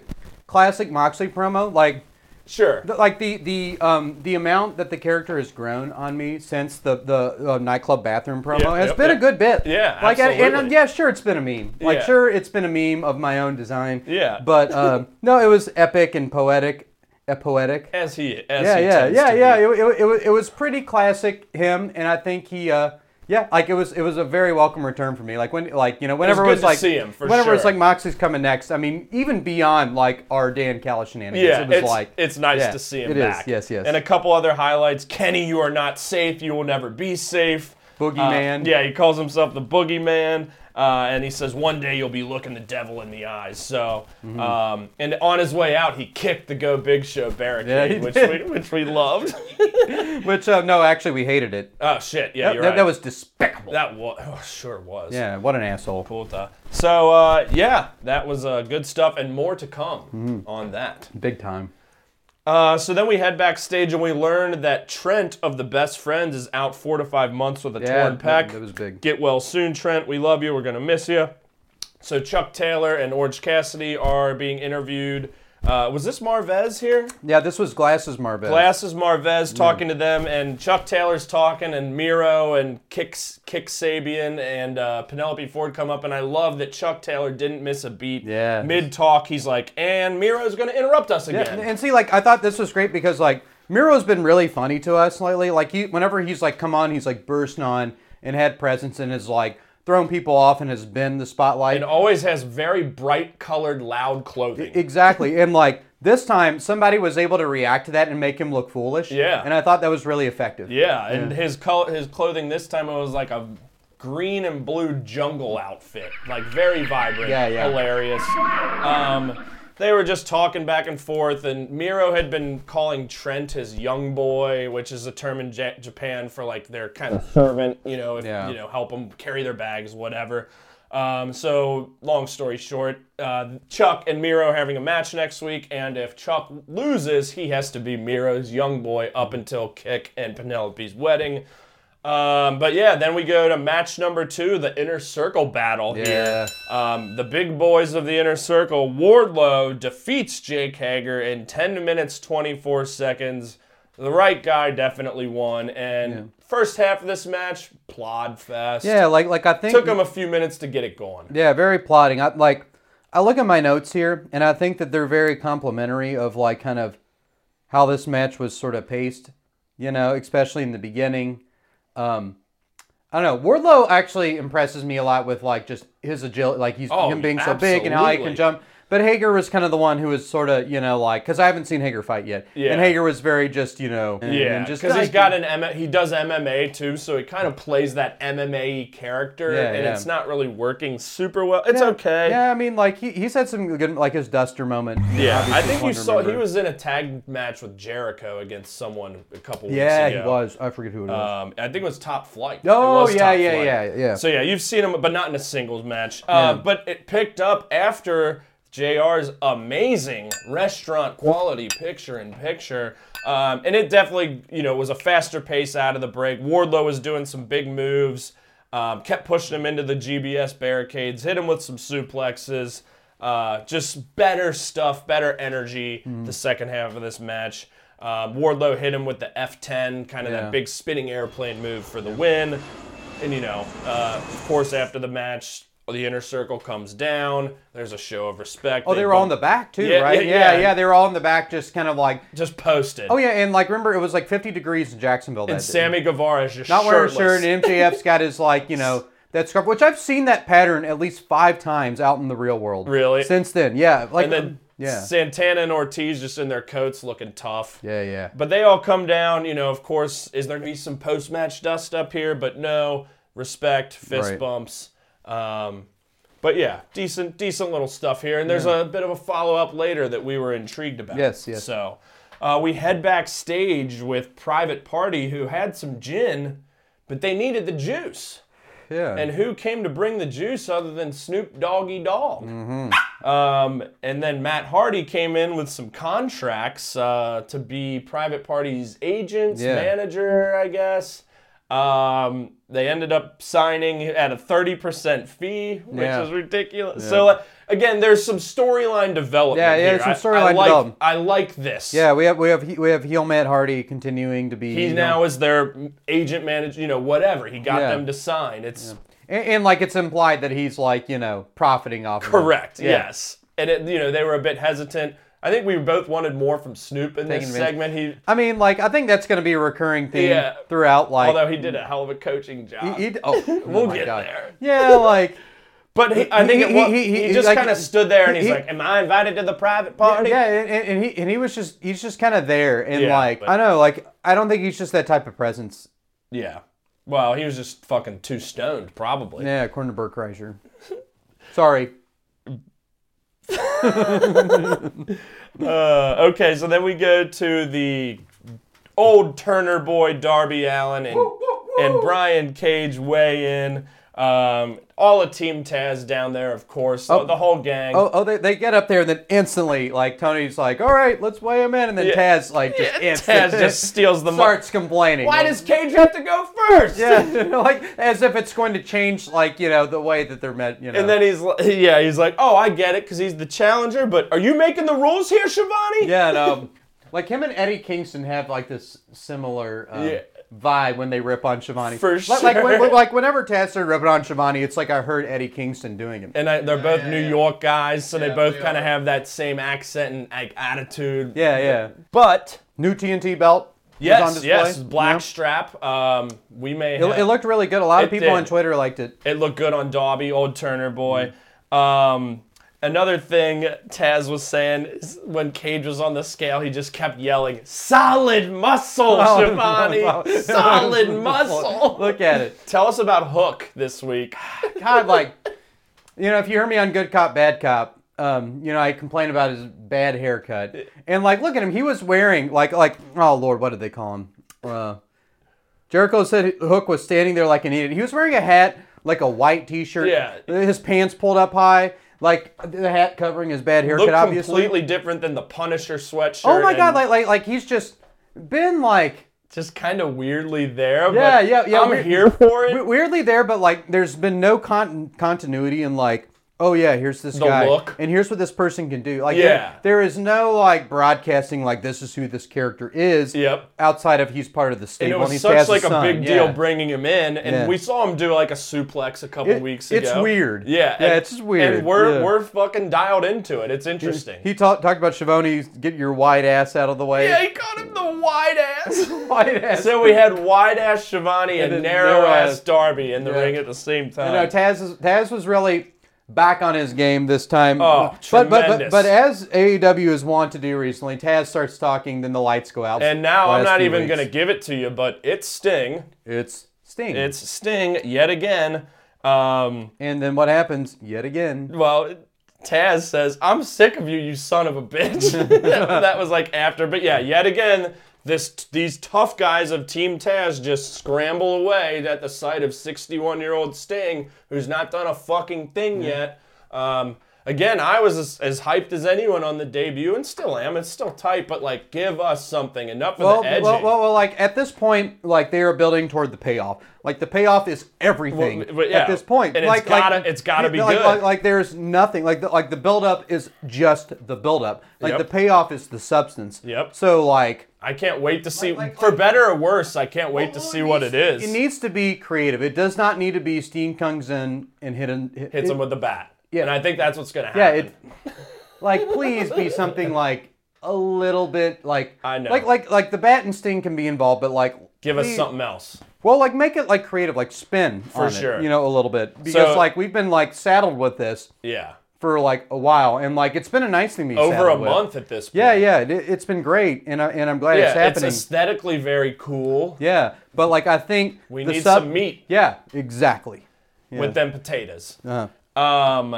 classic Moxley promo. Like sure. th- like the the um, the amount that the character has grown on me since the the uh, nightclub bathroom promo Yeah, has yep, been yep. a good bit. Yeah, like and- and uh, absolutely. yeah, sure it's been a meme. Like Yeah. sure it's been a meme of my own design. Yeah. but um, no, it was epic and poetic, uh, poetic. as he, as yeah, he yeah, tends yeah, to yeah. be. It, it, it, wa- it was pretty classic him, and I think he, uh, yeah, like it was it was a very welcome return for me. Like when, like you know, whenever it good was, to like see him, for whenever it's sure. like Moxley's coming next. I mean, even beyond like our Dan Callis shenanigans, Yeah, it was it's, like it's nice yeah, to see him it is, back. yes, yes. And a couple other highlights. Kenny, you are not safe. You will never be safe. Boogeyman. Uh, yeah, he calls himself the boogeyman. Uh, and he says, one day you'll be looking the devil in the eyes. So, Mm-hmm. um, and on his way out, he kicked the Go Big Show Yeah, barricade, he which, we, did. which we <laughs> loved. Which uh, no, actually, we hated it. oh, shit. Yeah, that, you're that- right. that was despicable. That was, <laughs> oh, sure was. yeah, what an asshole. Puta. So, uh, yeah, that was uh, good stuff and more to come Mm-hmm. on that. Big time. Uh, so then we head backstage and we learn that Trent of the Best Friends is out four to five months with a Yeah, torn that- pec. that was big. Get well soon, Trent. We love you. We're gonna miss you. So Chuck Taylor and Orange Cassidy are being interviewed. Uh, was this Marvez here? Yeah, this was Glasses Marvez. Glasses Marvez talking to them, and Chuck Taylor's talking, and Miro and Kick, Kick Sabian and uh, Penelope Ford come up, and I love that Chuck Taylor didn't miss a beat. Yeah. Mid talk, he's like, and Miro's gonna interrupt us Yeah, again. and- and see, like, I thought this was great because, like, Miro's been really funny to us lately. Like, he, whenever he's like come on, he's like bursting on and had presence and is like thrown people off and has been the spotlight. and always has very bright colored loud clothing. exactly, and like this time, somebody was able to react to that and make him look foolish. Yeah. and I thought that was really effective. yeah, and his color, his clothing this time it was like a green and blue jungle outfit, like very vibrant, Yeah, yeah. hilarious. Um, they were just talking back and forth, and Miro had been calling Trent his young boy, which is a term in ja- Japan for like their kind of servant, you know, if Yeah. you know, help them carry their bags, whatever. Um, so, long story short, uh, Chuck and Miro are having a match next week, and if Chuck loses, he has to be Miro's young boy up until Kick and Penelope's wedding. Um, but yeah, then we go to match number two, the inner circle battle Yeah. here. Um, the big boys of the inner circle, Wardlow defeats Jake Hager in 10 minutes 24 seconds. The right guy definitely won, and first half of this match, plod fest. yeah, like, like I think took him a few minutes to get it going. Yeah, very plotting. I like I look at my notes here and I think that they're very complimentary of like kind of how this match was sort of paced, you know, especially in the beginning. Um I don't know. Wardlow actually impresses me a lot with like just his agility, like he's Oh, him being so big and how he absolutely. can jump. But Hager was kind of the one who was sort of, you know, like because I haven't seen Hager fight yet, Yeah. and Hager was very just, you know, and- Yeah, and just because he's like- got an M- he does MMA too, so he kind of plays that MMA character, Yeah, and yeah. it's not really working super well. It's okay. Yeah, I mean, like he, he's had some good, like his duster moment. Yeah, Obviously I think one you to saw he remember. was in a tag match with Jericho against someone a couple weeks Yeah, ago. he was. I forget who it was. Um, I think it was Top Flight. Oh, It was yeah, Top yeah, Flight. yeah, yeah. So yeah, you've seen him, but not in a singles match. Uh, But it picked up after Jr's amazing restaurant quality picture in picture, um, and it definitely you know was a faster pace out of the break. Wardlow was doing some big moves, um, kept pushing him into the GBS barricades, hit him with some suplexes. Uh, just better stuff, better energy. Mm-hmm. The second half of this match. Um, Wardlow hit him with the F10, kind of Yeah. that big spinning airplane move for the win. And you know, uh, of course, after the match, the inner circle comes down. There's a show of respect. oh, they were all in the back too, Yeah, right? yeah, Yeah yeah, yeah. They were all in the back, just kind of like. just posted. Oh yeah, and like remember, it was like 50 degrees in Jacksonville that And day. Sammy Guevara is just not wearing shirtless. a shirt, and <laughs> MJF's got his like you know that scarf, which I've seen that pattern at least five times out in the real world. Really? Since then, yeah, like And um, then yeah, Santana and Ortiz just in their coats, looking tough. yeah, yeah. But they all come down, you know, of course, is there going to be some post match dust up here? But no, respect, fist Right. bumps. Um, but yeah, decent, decent little stuff here. And there's a bit of a follow up later that we were intrigued about. Yes, yes. So uh, we head backstage with Private Party, who had some gin, but they needed the juice. yeah. And who came to bring the juice other than Snoop Doggy Dog? Mm-hmm. Um, and then Matt Hardy came in with some contracts uh, to be Private Party's agents, Yeah. manager, I guess. Um, they ended up signing at a 30% fee, which Yeah. is ridiculous. So, uh, again, there's some storyline development. Yeah, yeah, here. some I- I, storyline like, development. I like this. yeah, we have we have he- we have heel Matt Hardy continuing to be He you know, now is their agent, manager, you know, whatever. He got Yeah. them to sign. It's. And, and like it's implied that he's like you know profiting off. of it. Correct. Yeah. Yes. And it, you know they were a bit hesitant. I think we both wanted more from Snoop in this Taking advantage. segment. He, I mean, like I think that's going to be a recurring theme Yeah. throughout. Like, although he did a hell of a coaching job. he, he- <laughs> oh, oh we'll my get God. there. Yeah, <laughs> like But he, I think He- it wa- he- he, he- he- just like- kind of stood there and he's he- like, "Am I invited to the private party?" yeah, and, and- and he and he was just he's just kind of there and Yeah, like but- I know like I don't think he's just that type of presence. Yeah. Well, he was just fucking too stoned, probably. Yeah, according to <laughs> Burke Kreischer. Sorry. Uh, okay, so then we go to the old Turner boy Darby Allen and and Brian Cage weigh in. Um, all of Team Taz down there, of course. the- the whole gang. Oh, oh, they, they get up there and then instantly like Tony's like, all right, let's weigh him in, and then Yeah. Taz like just Taz instantly <laughs> just steals the mic. starts complaining. Why Like, does Cage have to go first? <laughs> yeah, <laughs> like as if it's going to change like you know the way that they're met. You know. And then he's like, yeah, he's like, oh, I get it, because he's the challenger. But are you making the rules here, Shivani? yeah, and, um, like him and Eddie Kingston have like this similar um, Yeah. vibe when they rip on Shivani. For like, like, when- sure. like whenever Taz started ripping on Shivani, it's like I heard Eddie Kingston doing it. And I, they're both yeah, New yeah. York guys, so they Yeah, both they kind are. of have that same accent and like attitude. yeah, yeah. But New TNT belt. was on yes, display, yes, black you know? strap. Um, we may. It, have, it looked really good. A lot It of people on did. Twitter liked it. It looked good on Dobby, old Turner boy. Mm. Um, another thing Taz was saying is when Cage was on the scale, he just kept yelling, "Solid muscle, <laughs> Shivani! Solid muscle!" Oh, Look at it. Tell us about Hook this week. <laughs> God, like, you know, if you hear me on Good Cop, Bad Cop, um, you know, I complain about his bad haircut. And, like, look at him. He was wearing, like, like oh, Lord, what did they call him? Uh, Jericho said Hook was standing there like an idiot. He was wearing a hat, like a white t shirt. Yeah. His pants pulled up high, like the hat covering his bad haircut, Looked obviously. completely different than the Punisher sweatshirt. oh, my and God. Like, like, like, he's just been, like, just kind of weirdly there. Yeah, but yeah, yeah, I'm we- here for We- it. weirdly there, but like there's been no con- continuity in like, oh yeah, here's this The guy, look. and here's what this person can do. Like, Yeah. there- there is no like broadcasting like this is who this character is. Yep. Outside of he's part of the And stable. it and was he's such Taz's like a son. big deal Yeah. bringing him in, and Yeah. we saw him do like a suplex a couple It- weeks ago. it's weird. Yeah, Yeah, and- it's just weird, And we're yeah. we're fucking dialed into it. It's interesting. He talked talked about Shavoni, get your white ass out of the way. <laughs> yeah, he called him the wide ass. white ass. so we had wide ass Shivani and, then narrow narrow ass ass- Darby in the Yeah. ring at the same time. No, Taz is, Taz was really back on his game this time. Oh, but, but, but tremendous. but as E AEW is wont to do recently, Taz starts talking, then the lights go out. and now I'm Last not few even weeks. gonna give it to you, but it's Sting. It's Sting. It's Sting yet again. Um, and then what happens yet again? well, Taz says, "I'm sick of you, you son of a bitch." <laughs> that was like after, but yeah, yet again, this these tough guys of Team Taz just scramble away at the sight of 61-year-old Sting, who's not done a fucking thing yet. Um, again, I was as, as hyped as anyone on the debut, and still am. It's still tight, but like, give us something. Enough of Well, the edging. well, well, well, like at this point, like they are building toward the payoff. Like the payoff is everything Well, but yeah, at this point. and it's like, like, gotta- it's gotta be like, good. Like, like there's nothing. Like the, like the buildup is just the buildup. Like Yep. the payoff is the substance. Yep. So like I can't wait to see, like- for better or worse. I can't wait to see what it is. It needs to be creative. It does not need to be Steen comes in and hit him. Hit, hits him with the bat. Yeah. And I think that's what's gonna happen. Yeah, it like please be something like a little bit like I know. like like like the bat and sting can be involved, but like Give us please- something else. Well, like make it like creative, like spin for sure. you know, a little bit because So- like we've been like saddled with this Yeah. for like a while, and like it's been a nice thing to be Over a saddled with. month at this point. Yeah, yeah, it, it's been great, and I, and I'm glad Yeah, it's happening. aesthetically very cool yeah, but like I think We the need sub- some meat. Yeah, exactly. with them potatoes. Uh-huh. Um,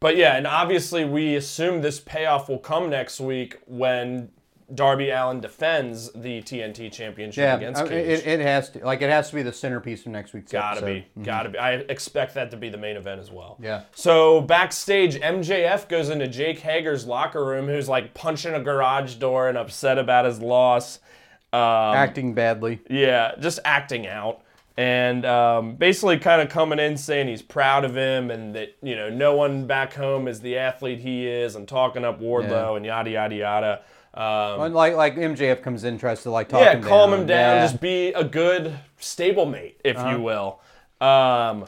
but yeah, and obviously we assume this payoff will come next week when Darby Allen defends the TNT Championship Yeah, against I- Cage. it, it has to like it has to be the centerpiece of next week's Gotta episode. be, gotta be. I expect that to be the main event as well. Yeah. So backstage, MJF goes into Jake Hager's locker room, who's like punching a garage door and upset about his loss. Um, acting badly. yeah, just acting out. And um, basically, kind of coming in saying he's proud of him and that, you know, no one back home is the athlete he is and talking up Wardlow Yeah. and yada, yada, yada. Um, But like like MJF comes in tries to like talk yeah, him calm down. him down. Yeah. Uh-huh. Just be a good stablemate, if you will. Um,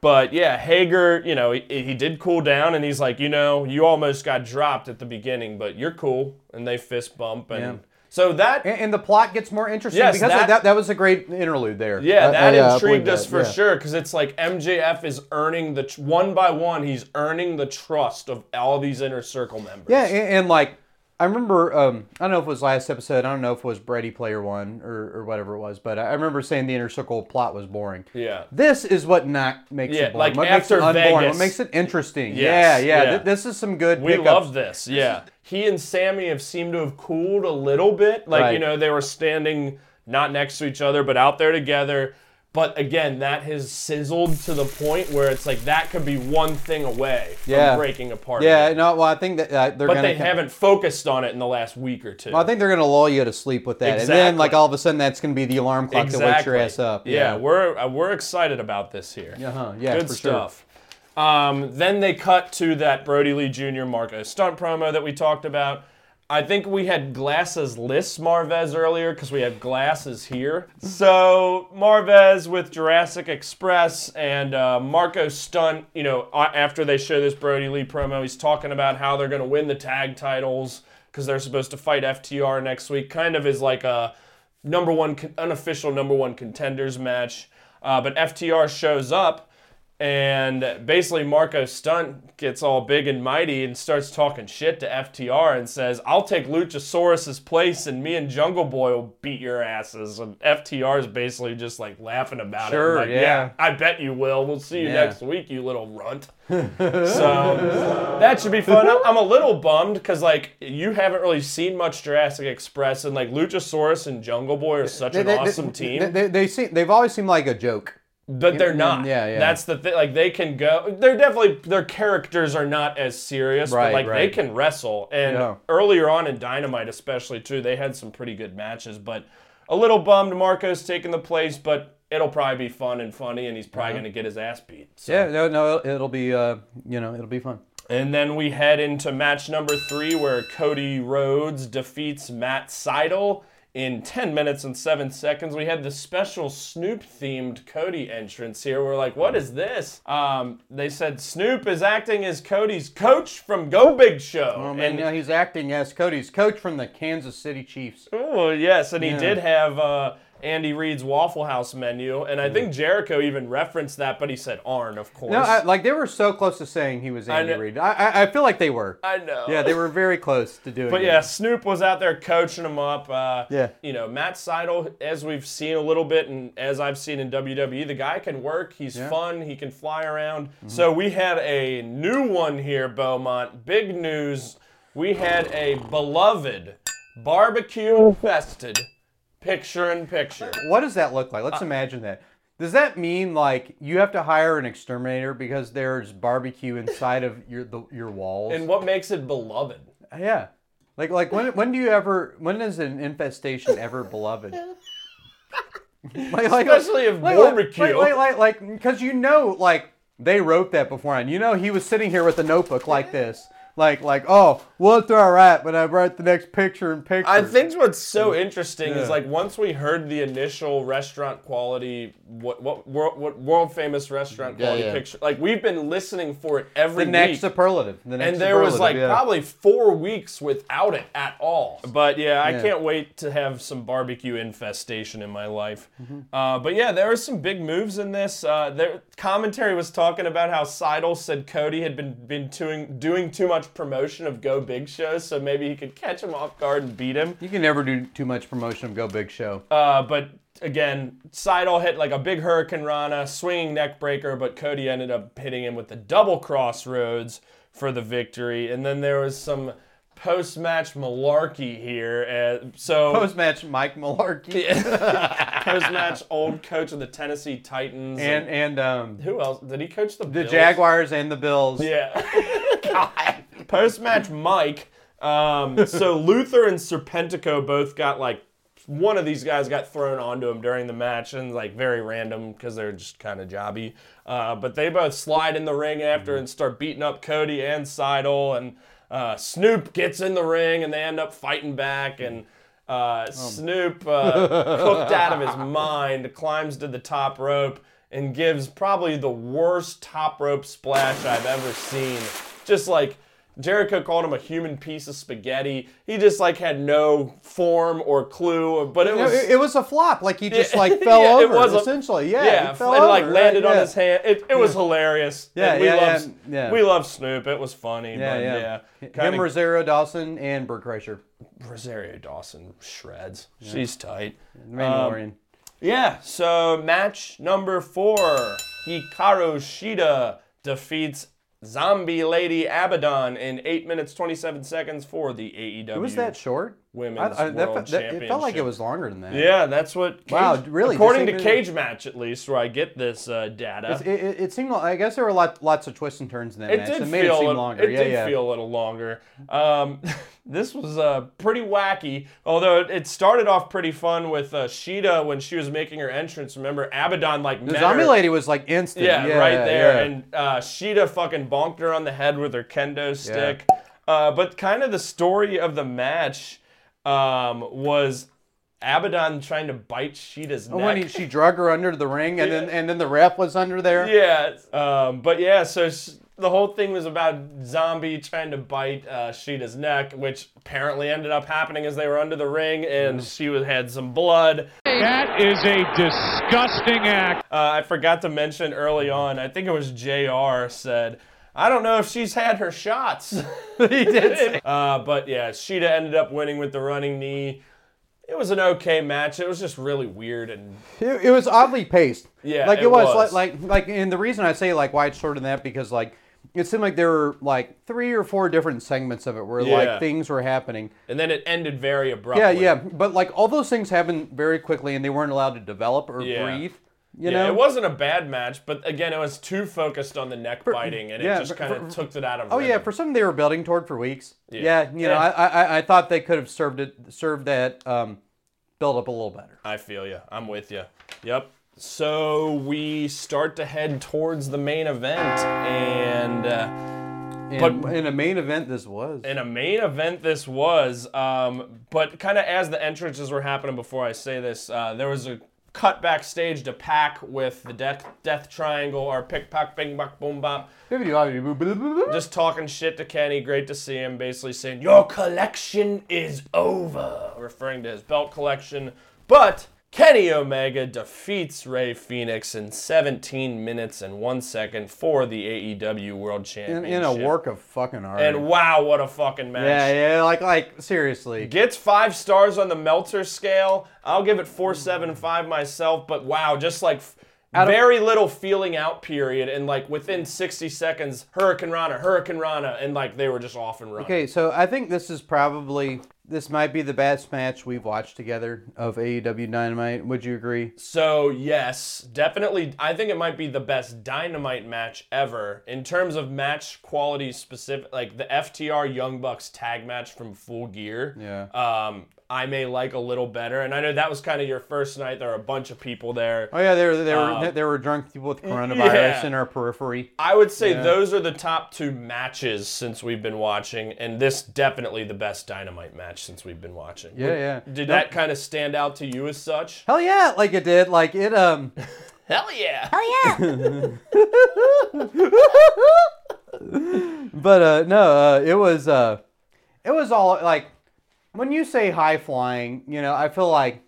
but yeah, Hager, you know, he, he did cool down, and he's like, you know, you almost got dropped at the beginning, but you're cool. And they fist bump, and Yeah. so that and, and the plot gets more interesting Yes, because that- that, that that was a great interlude there. Yeah, I- that I, uh, intrigued believe us that, for yeah. sure because it's like MJF is earning the tr- one by one, he's earning the trust of all these inner circle members. Yeah, and, and like I remember, um, I don't know if it was last episode. I don't know if it was Brady Player One or, or whatever it was, but I I remember saying the inner circle plot was boring. Yeah. This is what not makes Yeah, it boring. like what after makes it unboring. Vegas. What makes it interesting? Yes, yeah, yeah. yeah. Th- this is some good. We pickups. love this. Yeah. He and Sammy have seemed to have cooled a little bit. Like, you Right. know, they were standing not next to each other, but out there together. But again, that has sizzled to the point where it's like that could be one thing away from Yeah. breaking apart. Yeah, again. no. Well, I think that uh, they're but gonna. they come- haven't focused on it in the last week or two. I think they're gonna lull you to sleep with that, and then Exactly. like all of a sudden that's gonna be the alarm clock exactly. that wakes your ass up. Yeah, we're uh, we're excited about this here. Uh-huh, yeah, good for sure. stuff. Um, then they cut to that Brody Lee Jr. Marco stunt promo that we talked about. I think we had Glasses list Marvez earlier because we have glasses here. So Marvez with Jurassic Express and uh, Marco Stunt. You know, a- after they show this Brody Lee promo, he's talking about how they're going to win the tag titles because they're supposed to fight FTR next week. Kind of is like a number one con- unofficial number one contenders match. Uh, but FTR shows up, and basically Marco Stunt gets all big and mighty and starts talking shit to FTR and says, "I'll take Luchasaurus's place, and me and Jungle Boy will beat your asses." And FTR is basically just like laughing about Sure, it. and like, yeah. I bet you will. We'll see you Yeah. next week, you little <laughs> runt. so that should be fun. I'm, I'm a little bummed because like you haven't really seen much Jurassic Express, and like Luchasaurus and Jungle Boy are such an awesome team, They, they, they seem, they've always seemed like a joke. but they're not. yeah, yeah. That's the thing. Like they can go. They're definitely their characters are not as serious, but Right, like right. they can wrestle. And Yeah. earlier on in Dynamite, especially too, they had some pretty good matches. But a little bummed Marco's taking the place, but. It'll probably be fun and funny, and he's probably Uh-huh. going to get his ass beat. So. Yeah, no, no, it'll- it'll be, uh, you know, it'll be fun. And then we head into match number three, where Cody Rhodes defeats Matt Seidel in 10 minutes and 7 seconds. We had the special Snoop themed Cody entrance here. We're like, what is this? Um, they said Snoop is acting as Cody's coach from Go Big Show. Oh, man, and now he's acting as Cody's coach from the Kansas City Chiefs. Oh yes, and he did have uh, Andy Reid's Waffle House menu, and I think Jericho even referenced that, but he said Arn, of course. No, I, like they were so close to saying he was Andy know. Reid. I, I, I feel like they were. I know. Yeah, they were very close to doing. But it. yeah, Snoop was out there coaching him up. Uh, Yeah. You know, Matt Seidel, as we've seen a little bit, and as I've seen in WWE, the guy can work. He's fun. He can fly around. So we had a new one here, Beaumont. Big news. We had a beloved barbecue infested picture in picture. What does that look like? Let's imagine that. Does that mean like you have to hire an exterminator because there's barbecue inside of your the, your walls? And what makes it beloved? yeah. Like like when when do you ever when is an infestation ever beloved? <laughs> like, like, Especially if like, barbecue. Like like like because you know like they wrote that beforehand. You know he was sitting here with a notebook like this. Like like oh well it's all right when I write the next picture and picture. I think what's so interesting is Yeah. like once we heard the initial restaurant quality, what what world, what world famous restaurant Yeah, quality yeah. picture, like we've been listening for it every the next week. superlative. The next and there was superlative, like yeah. probably four weeks without it at all. But yeah, I Yeah. can't wait to have some barbecue infestation in my life. Uh, but yeah, there were some big moves in this. Uh, their commentary was talking about how Seidel said Cody had been been doing doing too much promotion of Go Big shows, so maybe he could catch him off guard and beat him. you can never do too much promotion of Go Big Show. Uh, but again, Seidel hit like a big Hurricane Rana, swinging neck breaker, but Cody ended up hitting him with the double crossroads for the victory. And then there was some post-match malarkey here. Uh, so <laughs> Post-match Mike Malarkey post-match old coach of the Tennessee Titans and and um, who else did he coach the the Bills? Jaguars and the Bills. Yeah. Post match Mike. Um, so Luther and Serpentico both got like one of these guys got thrown onto him during the match and like very random because they're just kind of jobby. Uh, but they both slide in the ring after and start beating up Cody and Seidel and uh, Snoop gets in the ring and they end up fighting back and uh, Snoop uh, cooked out of his mind climbs to the top rope and gives probably the worst top rope splash I've ever seen. Just like Jericho called him a human piece of spaghetti. He just like had no form or clue, but it No, was it, it was a flop. Like he just Yeah, <laughs> like fell yeah, it over was a- essentially. Yeah, yeah, he fell it, over, like landed right? on Yeah. his hand. It, it was hilarious. Yeah, And we yeah, love yeah, yeah. we love Snoop. It was funny. Yeah, but yeah. yeah. Him, Kinda- Rosario Dawson, and Bert Kreischer, Rosario Dawson shreds. She's tight. Um, Mandalorian. Yeah, so match number four Hikaru Shida defeats Zombie Lady Abaddon in 8 minutes 27 seconds for the E AEW. it was that short. Women's that World fe- that- It felt like it Championship. was longer than that. Yeah, that's what. Cage, Wow, really, According to just eight Cage Match, at least, where I get this uh, data. It's- It, it, it seemed like I guess there were lot, lots of twists and turns in that it match. did it feel made it seem a- longer. it yeah, did yeah. feel a little longer. Um, <laughs> this was uh, pretty wacky, although it, it started off pretty fun with uh, Sheeta when she was making her entrance. Remember, Abaddon like the met zombie her- lady was like instant. Yeah, right there, yeah. and uh, Sheeta fucking bonked her on the head with her kendo stick. Uh, but kind of the story of the match um, was Abaddon trying to bite Sheeta's neck. Oh, when he, she drug her under the ring, and then and then the ref was under there. Yeah. Um, but yeah, so sh- the whole thing was about zombie trying to bite uh, Sheeta's neck, which apparently ended up happening as they were under the ring, and Mm-hmm. she was, had some blood. That is a disgusting act. Uh, I forgot to mention early on, I think it was JR said, I don't know if she's had her shots. <laughs> he did. <laughs> Uh, but yeah, Sheeta ended up winning with the running knee. It was an okay match. It was just really weird and It, it was oddly paced. Yeah, like it, it was, was. Like, like like and the reason I say like why it's shorter than that because like it seemed like there were like three or four different segments of it where Yeah. like things were happening. and then it ended very abruptly. Yeah, yeah, but like all those things happened very quickly, and they weren't allowed to develop or Yeah. breathe. You yeah, know, it wasn't a bad match, but again, it was too focused on the neck biting, and yeah, it just for- kind of for- took it out of. Oh yeah, rhythm. for something they were building toward for weeks. Yeah, you know, Yeah. I, I I thought they could have served it served that um, build up a little better. I feel you. I'm with you. Yep. So we start to head towards the main event, and uh, but But- in a main event, this was. in a main event this was. Um, but kind of as the entrances were happening, before I say this, uh, there was a cut backstage to pack with the death death triangle, or pick pack bing bop boom bop. just talking shit to Kenny. Great to see him. Basically saying your collection is over, referring to his belt collection. But Kenny Omega defeats Ray Phoenix in 17 minutes and one second for the AEW World in, Championship. in a work of fucking art. And wow, what a fucking match! yeah, yeah, like like seriously. Gets five stars on the Meltzer scale. I'll give it four seven five myself. But wow, just like f- very little feeling out period, and like within sixty seconds, Hurricane Rana, Hurricane Rana, and like they were just off and running. Okay, so I think this is probably this might be the best match we've watched together of AEW Dynamite. Would you agree? So yes, definitely. I think it might be the best Dynamite match ever in terms of match quality specific, like the FTR Young Bucks tag match from Full Gear. Yeah. Um, I may like a little better, and I know that was kind of your first night. There were a bunch of people there. Oh yeah, there were- there were there were drunk people with coronavirus yeah. in our periphery. I would say those are the top two matches since we've been watching, and this definitely the best Dynamite match since we've been watching. Yeah, Would- yeah. Did that kind of stand out to you as such? Hell yeah, like it did. Like it um. Hell yeah! but uh, no, uh, it was uh, it was all like when you say high flying, you know, I feel like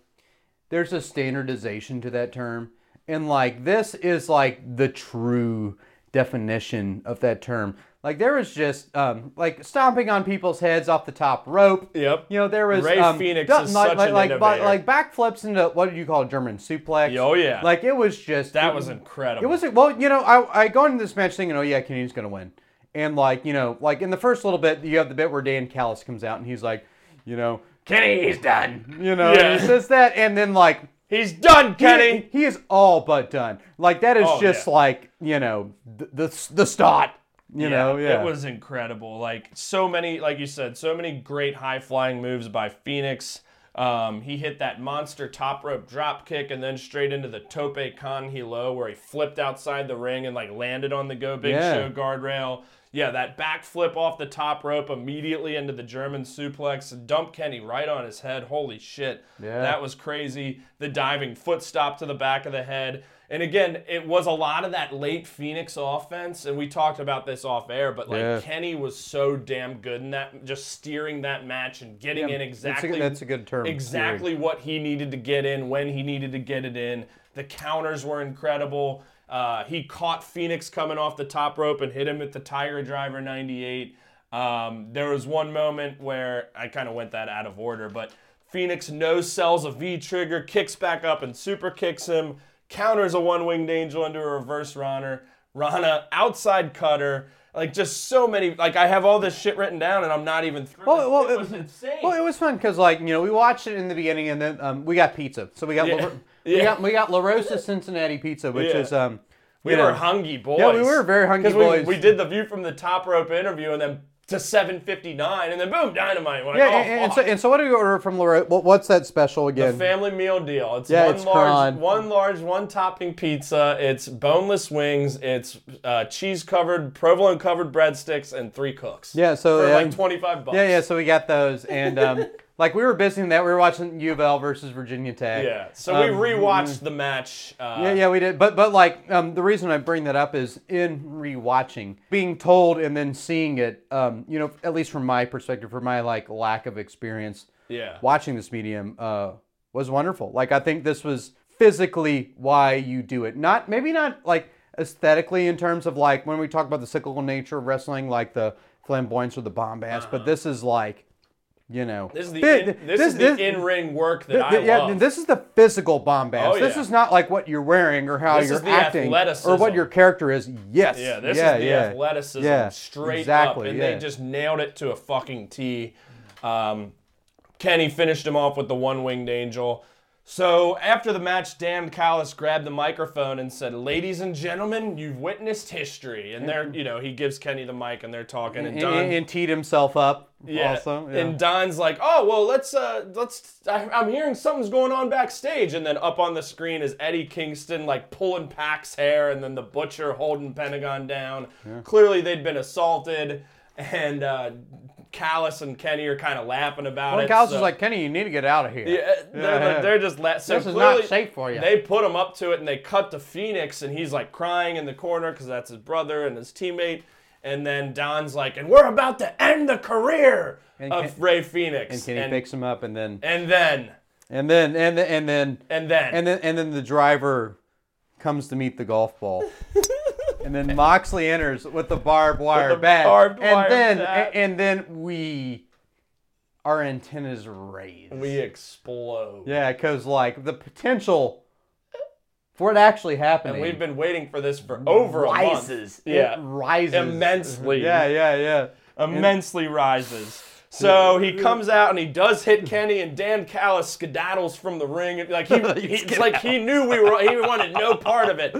there's a standardization to that term, and like this is like the true definition of that term. Like there was just um, like stomping on people's heads off the top rope. Yep. You know there was Ray um, Phoenix done- is like, such like, an like, innovator. like backflips into what do you call a German suplex? Oh, yeah. Like it was just That was incredible. incredible. It was well, you know, I I go into this match thinking, oh yeah, Kenny's gonna win, and like you know, like in the first little bit, you have the bit where Dan Callis comes out and he's like, you know, Kenny's done. you know, Yeah. and he says that, and then like He's done, he- Kenny. he, is all but done. Like that is Oh, just yeah. like you know the the, the start. You know, yeah. It was incredible. Like so many, like you said, so many great high flying moves by Phoenix. Um, he hit that monster top rope drop kick and then straight into the tope con hilo where he flipped outside the ring and like landed on the go big Yeah. show guardrail. Yeah, that backflip off the top rope immediately into the German suplex and dump Kenny right on his head. Holy shit. Yeah. That was crazy. The diving foot stop to the back of the head. And again, it was a lot of that late Phoenix offense, and we talked about this off air, but like Yeah. Kenny was so damn good in that just steering that match and getting Yeah, in that's a good- exactly that's a good term, Exactly exactly what he needed to get in when he needed to get it in. The counters were incredible. Uh, he caught Phoenix coming off the top rope and hit him with the Tiger Driver 98. Um, there was one moment where I kind of went that out of order, but Phoenix no sells a V trigger, kicks back up and super kicks him, counters a one winged angel into a reverse runner, Rana outside cutter. Like just so many. Like I have all this shit written down and I'm not even through. Well, well, it, was insane. Well, it was fun because, like, you know, we watched it in the beginning, and then um, we got pizza. So we got La- we Yeah. got we got La Rosa Cincinnati pizza, which Yeah. is um, We you know, were hungry boys. Yeah, we were very hungry 'Cause we, boys. We did the view from the top rope interview and then to 759 and then boom, dynamite. We're like, Yeah, oh, and, and so fuck. and so what do we order from La Rosa? What, what's that special the again? family meal deal. It's Yeah, one it's large, cron. one large, one topping pizza. It's boneless wings. It's uh, cheese covered, provolone covered breadsticks, and three cooks. Yeah, so, for yeah. like twenty five bucks. yeah, yeah. So we got those, <laughs> and um, like we were busy in that. We were watching U of L versus Virginia Tech. yeah. So we Um, rewatched the match. Uh, Yeah, yeah, we did. But but like um, the reason I bring that up is in rewatching, being told and then seeing it. Um, you know, at least from my perspective, from my like lack of experience, Yeah. watching this medium uh, was wonderful. Like I think this was physically why you do it. Not maybe not like aesthetically in terms of like when we talk about the cyclical nature of wrestling, like the flamboyance or the bombast. But this is like, you know, Uh-huh. This is the thi- in, this, is the in ring work that Th- I yeah, love. this is the physical bombast. Oh, This yeah. is not like what you're wearing or how This you're is the acting or what athleticism. your character is. Yes. Yeah, this yeah, is the yeah. athleticism Yeah, straight exactly, up, and yeah. they just nailed it to a fucking T. Um, Kenny finished him off with the one winged angel. So after the match, Dan Callis grabbed the microphone and said, "Ladies and gentlemen, you've witnessed history." And they're, you know, he gives Kenny the mic, and they're talking, and Mm-hmm. And, Don, and, and teed himself up yeah. also. Yeah. And Don's like, oh well, let's uh, let's. I, I'm hearing something's going on backstage, and then up on the screen is Eddie Kingston like pulling Pac's hair, and then the Butcher holding Pentagon down. Clearly, they'd been assaulted, and uh, Callis and Kenny are kind of laughing about Well, it. Cal's so- was like, Kenny, you need to get out of here. uh, yeah, they're, <laughs> Yeah. they're just la- so This is clearly not safe for you. They put him up to it, and they cut to Phoenix, and he's like crying in the corner because that's his brother and his teammate. And then Don's like, "And we're about to end the career And of Ken- Ray Phoenix." And Kenny picks him up, and then and then, and then and then and then and then, and then and then the driver comes to meet the golf <laughs> ball. And then Moxley enters with the barbed wire the bat, barbed wire and then bat. and then we, our antennas raised. we explode. Yeah, because like the potential for it actually happening. And we've been waiting for this for over a month. rises. It Yeah. rises Immensely. Yeah, yeah, yeah. immensely <laughs> rises. So he comes out and he does hit Kenny, and Dan Callis skedaddles from the ring. It- Like <laughs> he, he- it's like he knew we were. He wanted no part of it.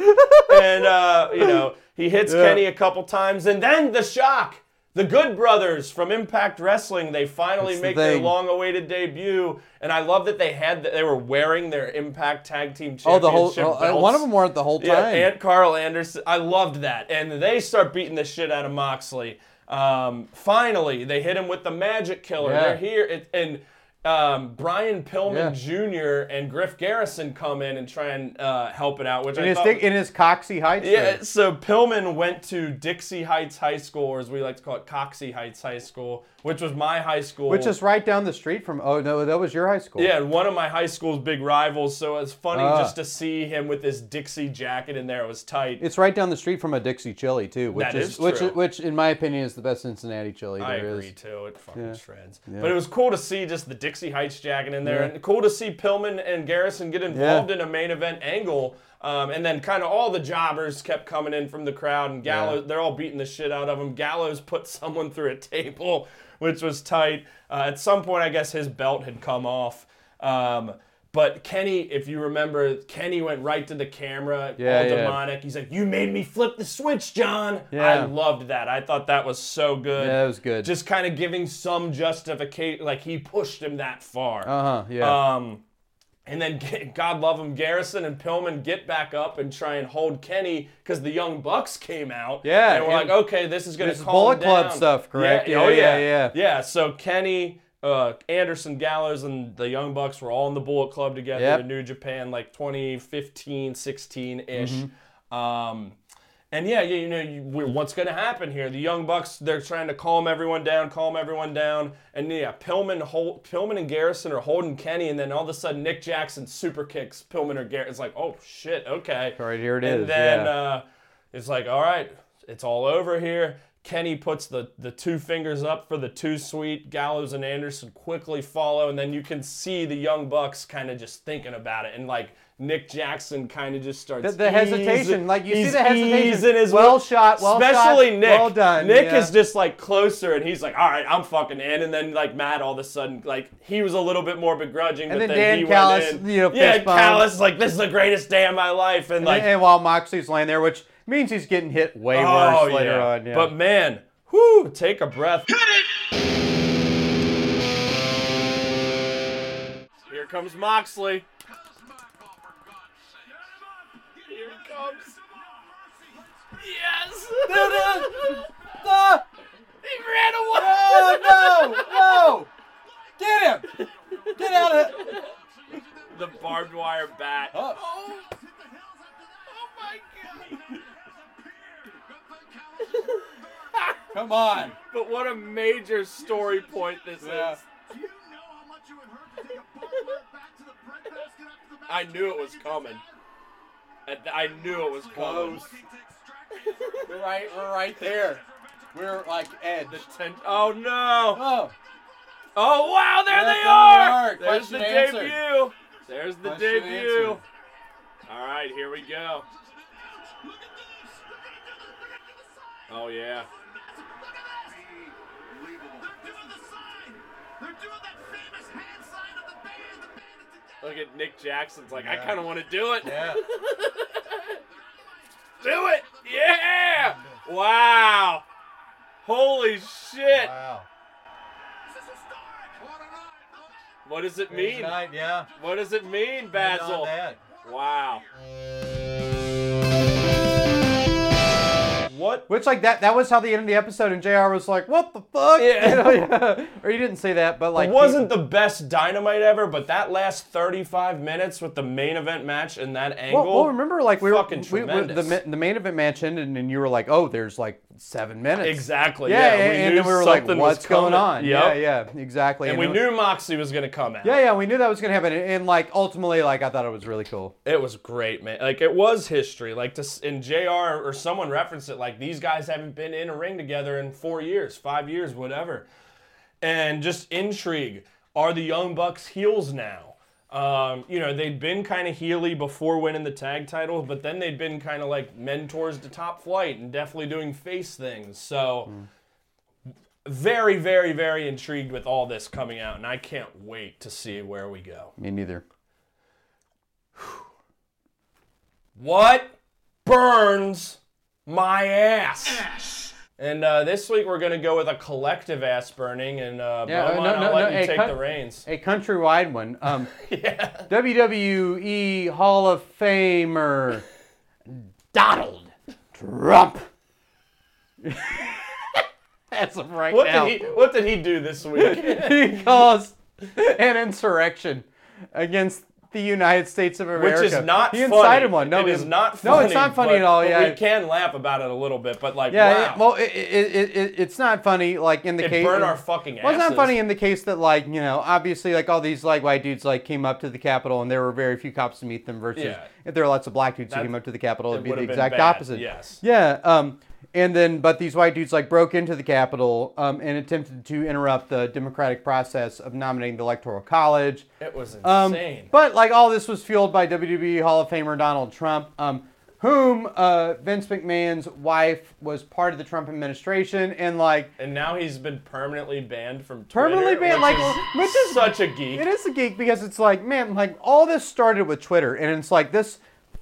And uh, you know he hits Kenny a couple times, and then the shock. The Good Brothers from Impact Wrestling, they finally It's the make their thing. long-awaited debut, and I love that they had that they were wearing their Impact Tag Team Championship Oh, the whole uh, belts. one of them weren't the whole time. Yeah, Aunt Carl Anderson. I loved that. And they start beating the shit out of Moxley. Um, finally, they hit him with the Magic Killer. Yeah. They're here, it, and um, Brian Pillman Jr. and Griff Garrison come in and try and uh, help it out, which in I his thought. thick, in his coxy heights. yeah, so Pillman went to Dixie Heights High School, or as we like to call it, Coxie Heights High School, which was my high school. which is right down the street from. Oh no, that was your high school. Yeah, and one of my high school's big rivals. So it's funny Ah. just to see him with this Dixie jacket in there. It was tight. It's right down the street from a Dixie Chili too, which That is, is which true. which in my opinion is the best Cincinnati chili I there is. agree too. It fucking shreds. But it was cool to see just the Dixie Heights jacket in there. And cool to see Pillman and Garrison get involved Yeah. in a main event angle. Um, and then kind of all the jobbers kept coming in from the crowd, and Gallows, they're all beating the shit out of him. Gallows put <laughs> someone through a table, which was tight. Uh, at some point, I guess his belt had come off. Um, but Kenny, if you remember, Kenny went right to the camera, Yeah, all yeah. demonic. He's like, "You made me flip the switch, John." I Yeah. loved that. I thought that was so good. Yeah, it was good. Just kind of giving some justification, like he pushed him that far. Uh huh. Yeah. Um, and then Ga- God love him, Garrison and Pillman get back up and try and hold Kenny because the Young Bucks came out. Yeah, and we're and like, okay, this is gonna this is calm Bullet Club down. stuff, correct? Yeah, oh yeah, Yeah, yeah, yeah. So Kenny, uh, Anderson, Gallows, and the Young Bucks were all in the Bullet Club together Yep. in New Japan, like 2015, 16 ish. Mm-hmm. Um, and yeah, you, you know, you, we- what's going to happen here? The Young Bucks, they're trying to calm everyone down, calm everyone down. And yeah, Pillman, hold, Pillman and Garrison are holding Kenny, and then all of a sudden Nick Jackson super kicks Pillman or Garrison. It's like, oh shit, okay. All right, here it and is, then yeah. uh, it's like, all right, it's all over here. Kenny puts the, the two fingers up for the two sweet. Gallows and Anderson quickly follow, and then you can see the Young Bucks kind of just thinking about it. And like Nick Jackson kind of just starts the, the hesitation, easing- like you see he's the hesitation. easing his well shot. Well especially shot, Nick. Well done. Nick yeah. is just like closer, and he's like, "All right, I'm fucking in." And then like Matt, all of a sudden, like he was a little bit more begrudging, And but then Dan he Callis, went in. you know, yeah, fist bump. Callis is like, "This is the greatest day of my life," and like, and, and while Moxley's laying there, which means he's getting hit way oh worse later yeah. on. Yeah. <laughs> But man, whoo, take a breath. Here comes Moxley. Here he comes. <laughs> Yes. Ah! he ran away. Oh, no! No! Get him! Get out of it! the barbed wire bat. Oh. Come on! But what a major story point this Yeah. is. I knew it was coming. I I knew it was coming. Close. We're right, we're right there. We're like edge. The ten- oh no! Oh, Oh wow! There There they they are! are. There's the Question answered. debut. There's the Question debut. answered. All right, here we go. Oh yeah. Look at Nick Jackson's like, I kind of want to do it. yeah. Do it! Yeah! Wow! Holy shit! Wow. What does it Good mean? night, yeah. What does it mean, Good on Basil? that. Wow. What? Which like that that was how the end of the episode and JR was like, What the fuck? Yeah. <laughs> You know, yeah. Or he didn't say that, but like It wasn't the best dynamite ever, but that last 35 minutes with the main event match and that he, well, angle. well, remember like we were, Fucking we- we- the, tremendous. ma- the main event match ended and you were like, Oh, there's like seven minutes. Exactly. Yeah, Yeah. and, we and knew then we were like, something What's was going coming. on? Yep. Yeah, yeah, exactly. And we it- knew Moxley was going to come out. Yeah, yeah, we knew that was gonna happen. And, and like ultimately, like I thought it was really cool. It was great, man. Like it was history. Like to s- and Jr. or someone referenced it. Like these guys haven't been in a ring together in four years, five years, whatever. And just intrigue. Are the Young Bucks heels now? Um, you know they'd been kind of heely before winning the tag title, but then they'd been kind of like mentors to Top Flight and definitely doing face things. So very, very, very intrigued with all this coming out, and I can't wait to see where we go. Me neither. What burns my ass? And uh, this week we're gonna go with a collective ass burning, and uh, Yeah, uh, Beaumont, no, I'll no, let no, you hey, take cut- the reins. A countrywide one. <laughs> Um, WWE Hall of Famer Donald <laughs> Trump. That's him right What now. did he? What did he do this <laughs> week? he-, caused an insurrection against the United States of Which America, is not he funny. incited one. No, it he- is not No, funny. it's not funny but- at all. but Yeah, we can laugh about it a little bit, but like, yeah. wow, it- well, it, it, it, it, it's not funny. Like in the it case, burned our fucking asses. Well, it's not funny in the case that, like, you know, obviously, like, all these, like, white dudes, like, came up to the Capitol and there were very few cops to meet them versus Yeah. if there were lots of black dudes That- who came up to the Capitol, it it'd be would've the been exact bad, opposite. yes. Yeah. Um, And then, but these white dudes like broke into the Capitol um, and attempted to interrupt the democratic process of nominating the Electoral College. It was Um, insane. But like all this was fueled by WWE Hall of Famer Donald Trump, um, whom uh, Vince McMahon's wife was part of the Trump administration, and like and now he's been permanently banned from Twitter, Permanently banned, which like, is which is- such a geek. it is a geek because it's like man, like all this started with Twitter, and it's like this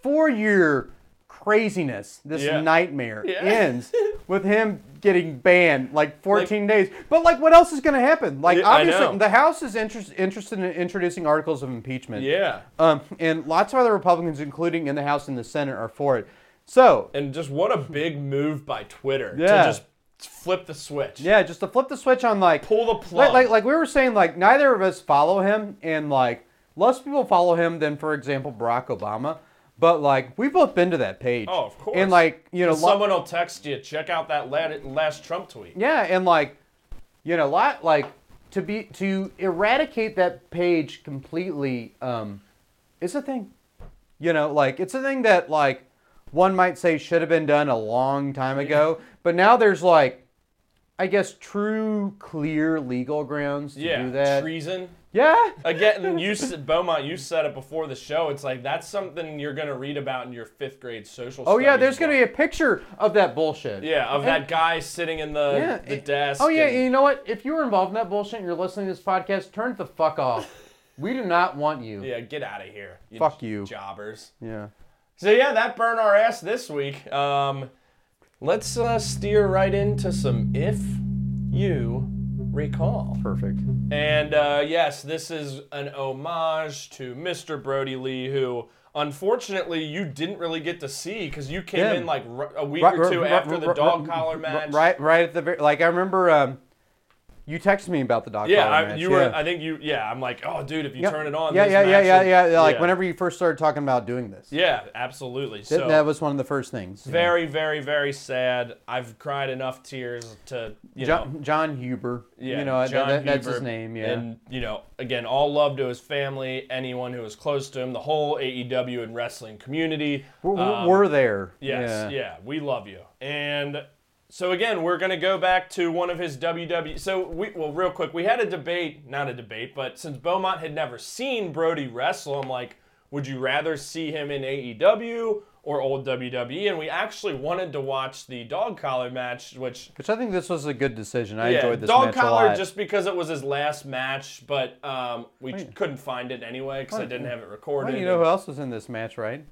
four-year craziness, this Yeah. nightmare Yeah. <laughs> ends with him getting banned like 14 days. But like, what else is going to happen? Like, Yeah, I obviously, know. the House is interest, interested in introducing articles of impeachment. Yeah. Um, and lots of other Republicans, including in the House and the Senate, are for it. So, And just what a big move by Twitter to Yeah. just flip the switch. yeah, just to flip the switch on like Pull the like, plug. like like we were saying, like neither of us follow him, and like less people follow him than, for example, Barack Obama. But like we've both been to that page. Oh, of course. And like you know, lo- someone will text you, check out that la- last Trump tweet. yeah, and like you know, lot like to be to eradicate that page completely um, is a thing. You know, like it's a thing that like one might say should have been done a long time ago, but now there's like, I guess, true, clear legal grounds to Yeah, do that. treason. yeah, Again, you s- Beaumont, you said it before the show. It's like that's something you're gonna read about in your fifth grade social. Oh yeah, studies there's gonna book. be a picture of that bullshit. yeah of that guy sitting in the Yeah, the it- desk. Oh yeah, and- and you know what? If you were involved in that bullshit and you're listening to this podcast, turn it the fuck off. <laughs> we do not want you. yeah. Get out of here. You Fuck you. jobbers. Yeah. So yeah, that burned our ass this week. Um, let's uh, steer right into some if you recall. Perfect. And uh, yes, this is an homage to Mr. Brody Lee, who unfortunately you didn't really get to see because you came Yeah. in like r- a week or two after the dog collar match. Right, right at the very, like I remember um, you texted me about the dog Yeah, collar I, match. you were. I think you. Yeah, I'm like, oh, dude, if you Yep. turn it on, Yeah, this yeah, yeah, match yeah, will-" yeah, yeah. Like Yeah. whenever you first started talking about doing this, Yeah, absolutely. Th- So that was one of the first things. yeah. very, very, very sad. I've cried enough tears to you know. John, John Huber. Yeah, you know that- John that- that's his Huber, name. Yeah. And you know, again, all love to his family, anyone who was close to him, the whole AEW and wrestling community. we're, Um, we're there. Yes, yeah. we love you. And so again, we're gonna go back to one of his WW. So we well, real quick, we had a debate, not a debate, but since Beaumont had never seen Brody wrestle, I'm like, would you rather see him in AEW or old WWE? And we actually wanted to watch the dog collar match, which Which I think this was a good decision. I yeah, enjoyed this dog match collar a lot. just because it was his last match, but um, we couldn't find it anyway because I didn't have it recorded. Well, you know who else was in this match, right?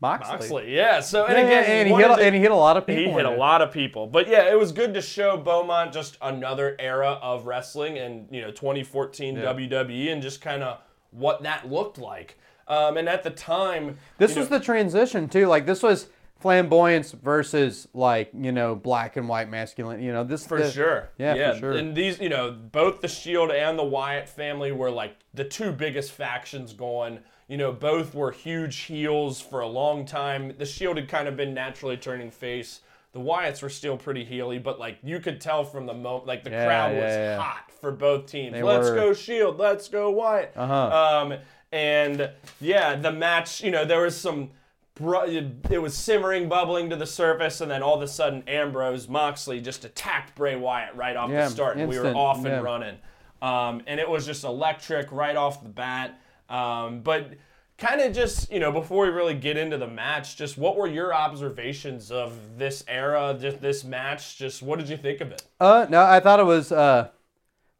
Moxley. Moxley, yeah. So and Yeah, again, yeah, and, he one hit, of a- the- and he hit a lot of people. he hit in a it. lot of people. But yeah, it was good to show Beaumont just another era of wrestling and, you know, 2014 WWE E and just kind of what that looked like. Um, and at the time, This you was know, the transition too. Like this was flamboyance versus like you know black and white masculine. You know this for the- sure. Yeah, for sure. And these, you know, both the Shield and the Wyatt family were like the two biggest factions going. You know, both were huge heels for a long time. The Shield had kind of been naturally turning face. The Wyatts were still pretty heely, but like you could tell from the moment, like the Yeah, crowd yeah, was yeah. hot for both teams. They let's were. go Shield, let's go Wyatt. Uh-huh. Um, and yeah, the match, you know, there was some. bru- It was simmering, bubbling to the surface, and then all of a sudden, Ambrose Moxley just attacked Bray Wyatt right off Yeah, the start. and We were instant, off and yeah. running, um, and it was just electric right off the bat. Um, but kind of just you know, before we really get into the match, just what were your observations of this era, just this match? Just what did you think of it? Uh, no, I thought it was uh,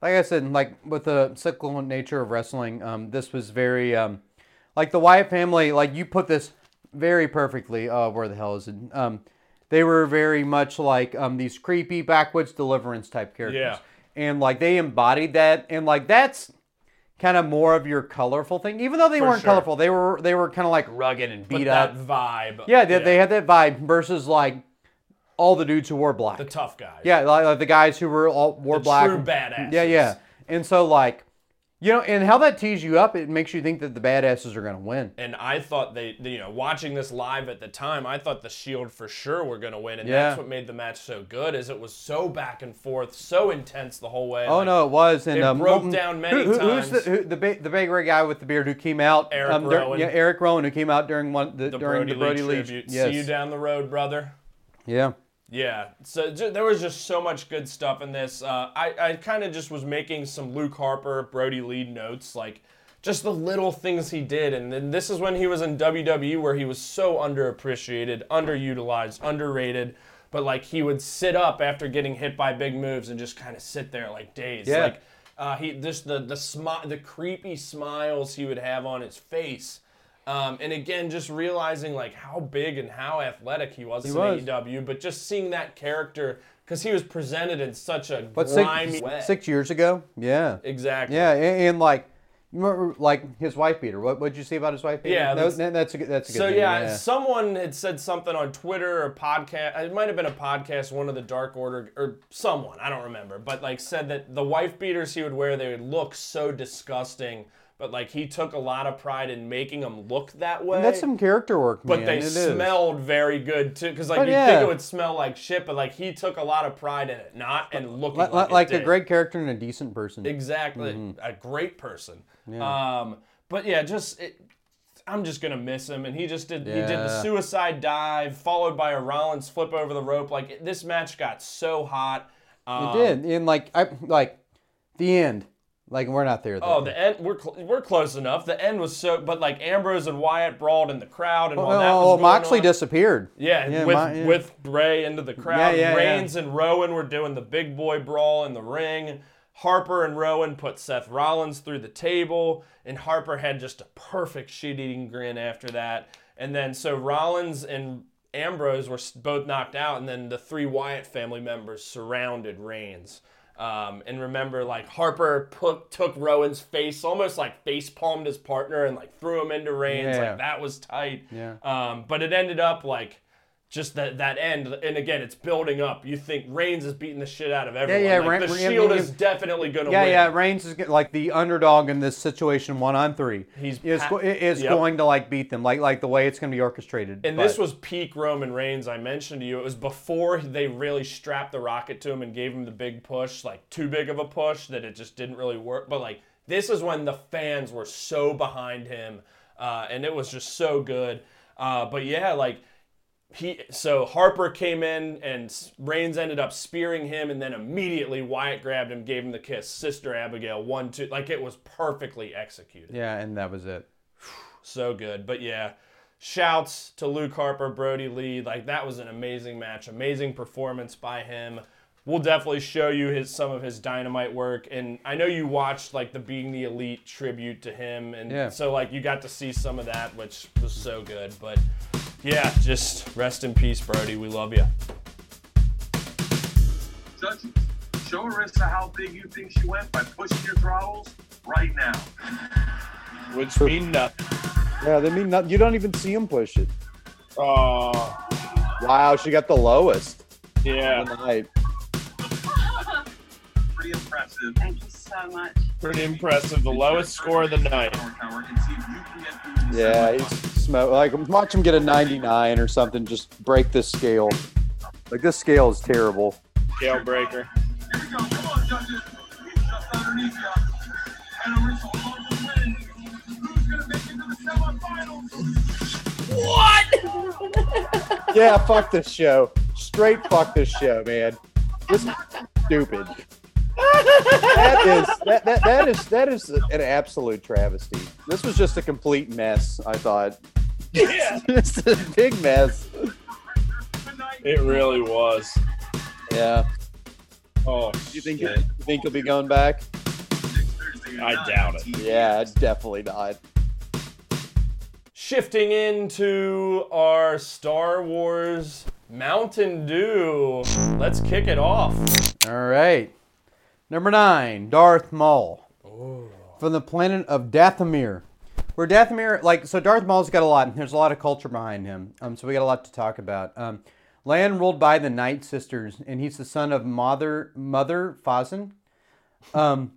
like I said, like with the cyclical nature of wrestling, um, this was very um, like the Wyatt family. Like you put this very perfectly. Uh, where the hell is it? Um, they were very much like um these creepy backwoods deliverance type characters. Yeah. And like they embodied that, and like that's kind of more of your colorful thing. Even though they weren't sure. colorful, they were they were kind of like rugged and But beat up. that vibe, yeah, they, they had that vibe versus like all the dudes who wore black. the tough guys, Yeah, like, like the guys who were all wore The black. true badasses. Yeah, yeah. And so like, you know, and how that tees you up, it makes you think that the badasses are gonna win. and I thought they, they- you know, watching this live at the time, I thought the Shield for sure were going to win, and that's Yeah. what made the match so good. Is it was so back and forth, so intense the whole way. Oh like, no, it was. And it um, broke Molten- down many who, who- Who's times. the, who, the, big, the big red guy with the beard who came out? Eric dur- Rowan. Yeah, Eric Rowan who came out during one the, the during Brody, the Brody Lee Lee. tribute. Yes. See you down the road, brother. Yeah. Yeah, so ju- there was just so much good stuff in this. Uh, I, I kind of just was making some Luke Harper, Brody Lee notes, like just the little things he did. And then this is when he was in WWE, where he was so underappreciated, underutilized, underrated. But like he would sit up after getting hit by big moves and just kind of sit there like dazed. Yeah. Like uh, he just the the smi- the creepy smiles he would have on his face. Um, and again, just realizing like how big and how athletic he was in was. AEW, E, but just seeing that character because he was presented in such a But grimy six, way. six years ago? Yeah. exactly. Yeah, and, and like, you remember, like his wife beater. What would you say about his wife beater? Yeah, That- that's- that- that's a good. That's a good. So name, yeah, someone had said something on Twitter or podcast. It might have been a podcast, one of the Dark Order or someone I don't remember, but like said that the wife beaters he would wear they would look so disgusting, but like he took a lot of pride in making them look that way. And that's some character work, but man. they It is. smelled very good too, because like But you yeah. think it would smell like shit, but like he took a lot of pride in it, not and looking Li- li- like, like, it a did. great character and a decent person. Exactly. Mm-hmm. A great person. Um, but yeah, just it, I'm just gonna miss him, and he just did. He did the Yeah. suicide dive, followed by a Rollins flip over the rope. Like it- this match got so hot. Um, It did, and like I like the end. Like we're not there. Though. Oh, the end. We're cl- we're close enough. The end was so, but like Ambrose and Wyatt brawled in the crowd, and oh, while that was oh, going Moxley on- disappeared. Yeah, Yeah, with my- yeah. with Bray into the crowd. Yeah, yeah, yeah. Reigns and Rowan were doing the big boy brawl in the ring. Harper and Rowan put Seth Rollins through the table, and Harper had just a perfect shit-eating grin after that. And then so Rollins and Ambrose were s- both knocked out, and then the three Wyatt family members surrounded Reigns. Um, and remember, like Harper put, took Rowan's face, almost like face palmed his partner, and like threw him into Reigns. Yeah. Like that was tight. Yeah. Um, but it ended up like just that that end, and again, it's building up. You think Reigns is beating the shit out of everyone. yeah, like, Reign- the Reign- I Shield mean, is you- definitely gonna Yeah, win. yeah. Reigns is get- like the underdog in this situation, one on three. He's is, pa- go- is Yep. going to like beat them, like like the way it's going to be orchestrated. And but- this was peak Roman Reigns. I mentioned to you, it was before they really strapped the rocket to him and gave him the big push, like too big of a push that it just didn't really work. But like this is when the fans were so behind him, uh, and it was just so good. Uh, but yeah, like he so Harper came in and S- Reigns ended up spearing him, and then immediately Wyatt grabbed him, gave him the kiss. Sister Abigail, one two, like it was perfectly executed yeah, and that was it. so good. But yeah, shouts to Luke Harper, Brody Lee. Like that was an amazing match, amazing performance by him. We'll definitely show you his some of his dynamite work, and I know you watched like the Being the Elite tribute to him, and Yeah. so like you got to see some of that, which was so good. But yeah, just rest in peace, Brody. We love you. Judges, show Arista how big you think she went by pushing your throttles right now. which mean nothing. Yeah, they mean not, you don't even see him push it. Oh, Wow, she got the lowest yeah, tonight. Pretty impressive. Thank you so much. pretty impressive. The lowest score of the night. Power tower and see if you can get through the Yeah, semifinals. he's smoke. Like, watch him get a 99 or something. Just break this scale. Like, this scale is terrible. Jailbreaker. Here we go. Come on, judges. He's just underneath you. And Arista alone will win. Who's going to make it to the semifinals? Yeah, fuck this show. Straight fuck this show, man. This is stupid. That is that, that, that is that is an absolute travesty. This was just a complete mess. I thought. <laughs> Yeah. just a big mess. It really was. Yeah. Oh, You think you think he'll be going back? I doubt it. Yeah, definitely not. Shifting into our Star Wars Mountain Dew. Let's kick it off. All right. Number nine, Darth Maul. From the planet of Dathomir. Where Dathomir, like, so Darth Maul's got a lot, there's a lot of culture behind him. Um, so we got a lot to talk about. Um, land ruled by the Night Sisters, and he's the son of Mother, Mother Fazan. Um,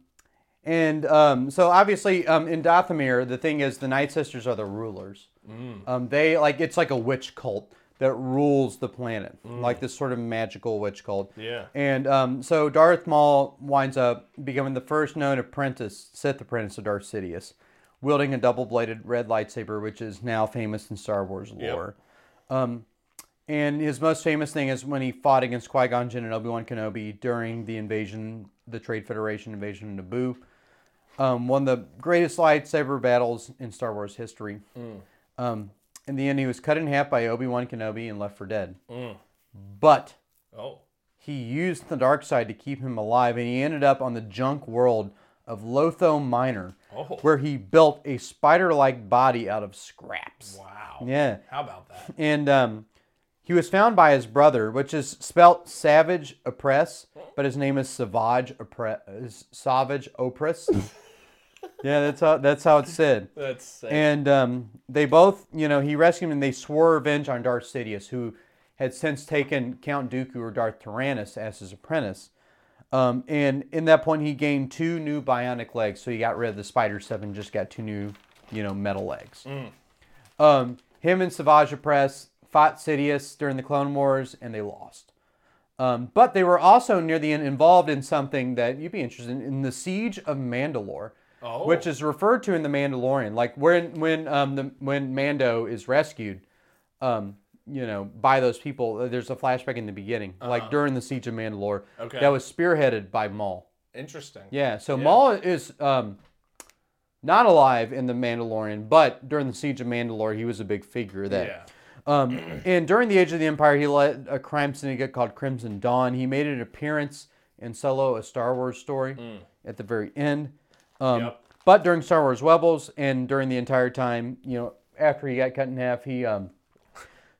and um, so obviously um, in Dathomir, the thing is the Night Sisters are the rulers. Um, they like it's like a witch cult that rules the planet, like this sort of magical witch cult. Yeah. And um, so Darth Maul winds up becoming the first known apprentice, Sith apprentice of Darth Sidious, wielding a double-bladed red lightsaber, which is now famous in Star Wars lore. Um, And his most famous thing is when he fought against Qui Gon Jinn and Obi Wan Kenobi during the invasion, the Trade Federation invasion of Naboo. Um, one of the greatest lightsaber battles in Star Wars history. Um, in the end, he was cut in half by Obi Wan Kenobi and left for dead. But Oh. he used the dark side to keep him alive, and he ended up on the junk world of Lotho Minor, Oh. where he built a spider like body out of scraps. Wow. Yeah. How about that? And um, he was found by his brother, which is spelt Savage Oppress, but his name is Savage Oppress. is Savage Oppress. yeah, that's how that's how it's said. That's sick. And um, they both, you know, he rescued him and they swore revenge on Darth Sidious, who had since taken Count Dooku or Darth Tyrannus as his apprentice. Um, and in that point, he gained two new bionic legs. So he got rid of the Spider 7, just got two new, you know, metal legs. Um, him and Savage Press fought Sidious during the Clone Wars and they lost. Um, but they were also near the end involved in something that you'd be interested in, in the Siege of Mandalore, Oh, which is referred to in The Mandalorian. Like when when um, the, when Mando is rescued, um, you know, by those people, uh, there's a flashback in the beginning, like during the Siege of Mandalore, Uh-huh. Okay. that was spearheaded by Maul. Interesting. Yeah, so Maul is um, not alive in The Mandalorian, but during the Siege of Mandalore, he was a big figure that. Yeah. Um, and during the Age of the Empire, he led a crime syndicate called Crimson Dawn. He made an appearance in Solo, a Star Wars story, Mm. at the very end. Um, Yep. But during Star Wars Rebels and during the entire time, you know, after he got cut in half, he um,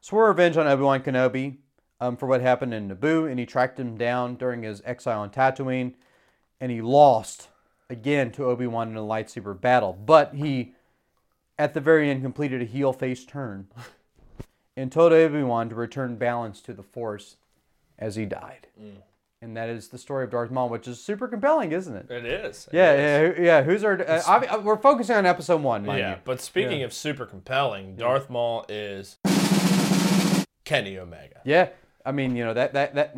swore revenge on Obi Wan Kenobi um, for what happened in Naboo, and he tracked him down during his exile on Tatooine, and he lost again to Obi Wan in a lightsaber battle. But he, at the very end, completed a heel face turn and told Obi Wan to return balance to the Force as he died. And that is the story of Darth Maul, which is super compelling, isn't it? It is. It Yeah, is. yeah, who- yeah. Who's our? Uh, obvi- uh, we're focusing on episode one, mind Yeah, you. but speaking of super compelling, Darth Maul is Kenny Omega. Yeah, I mean, you know that that that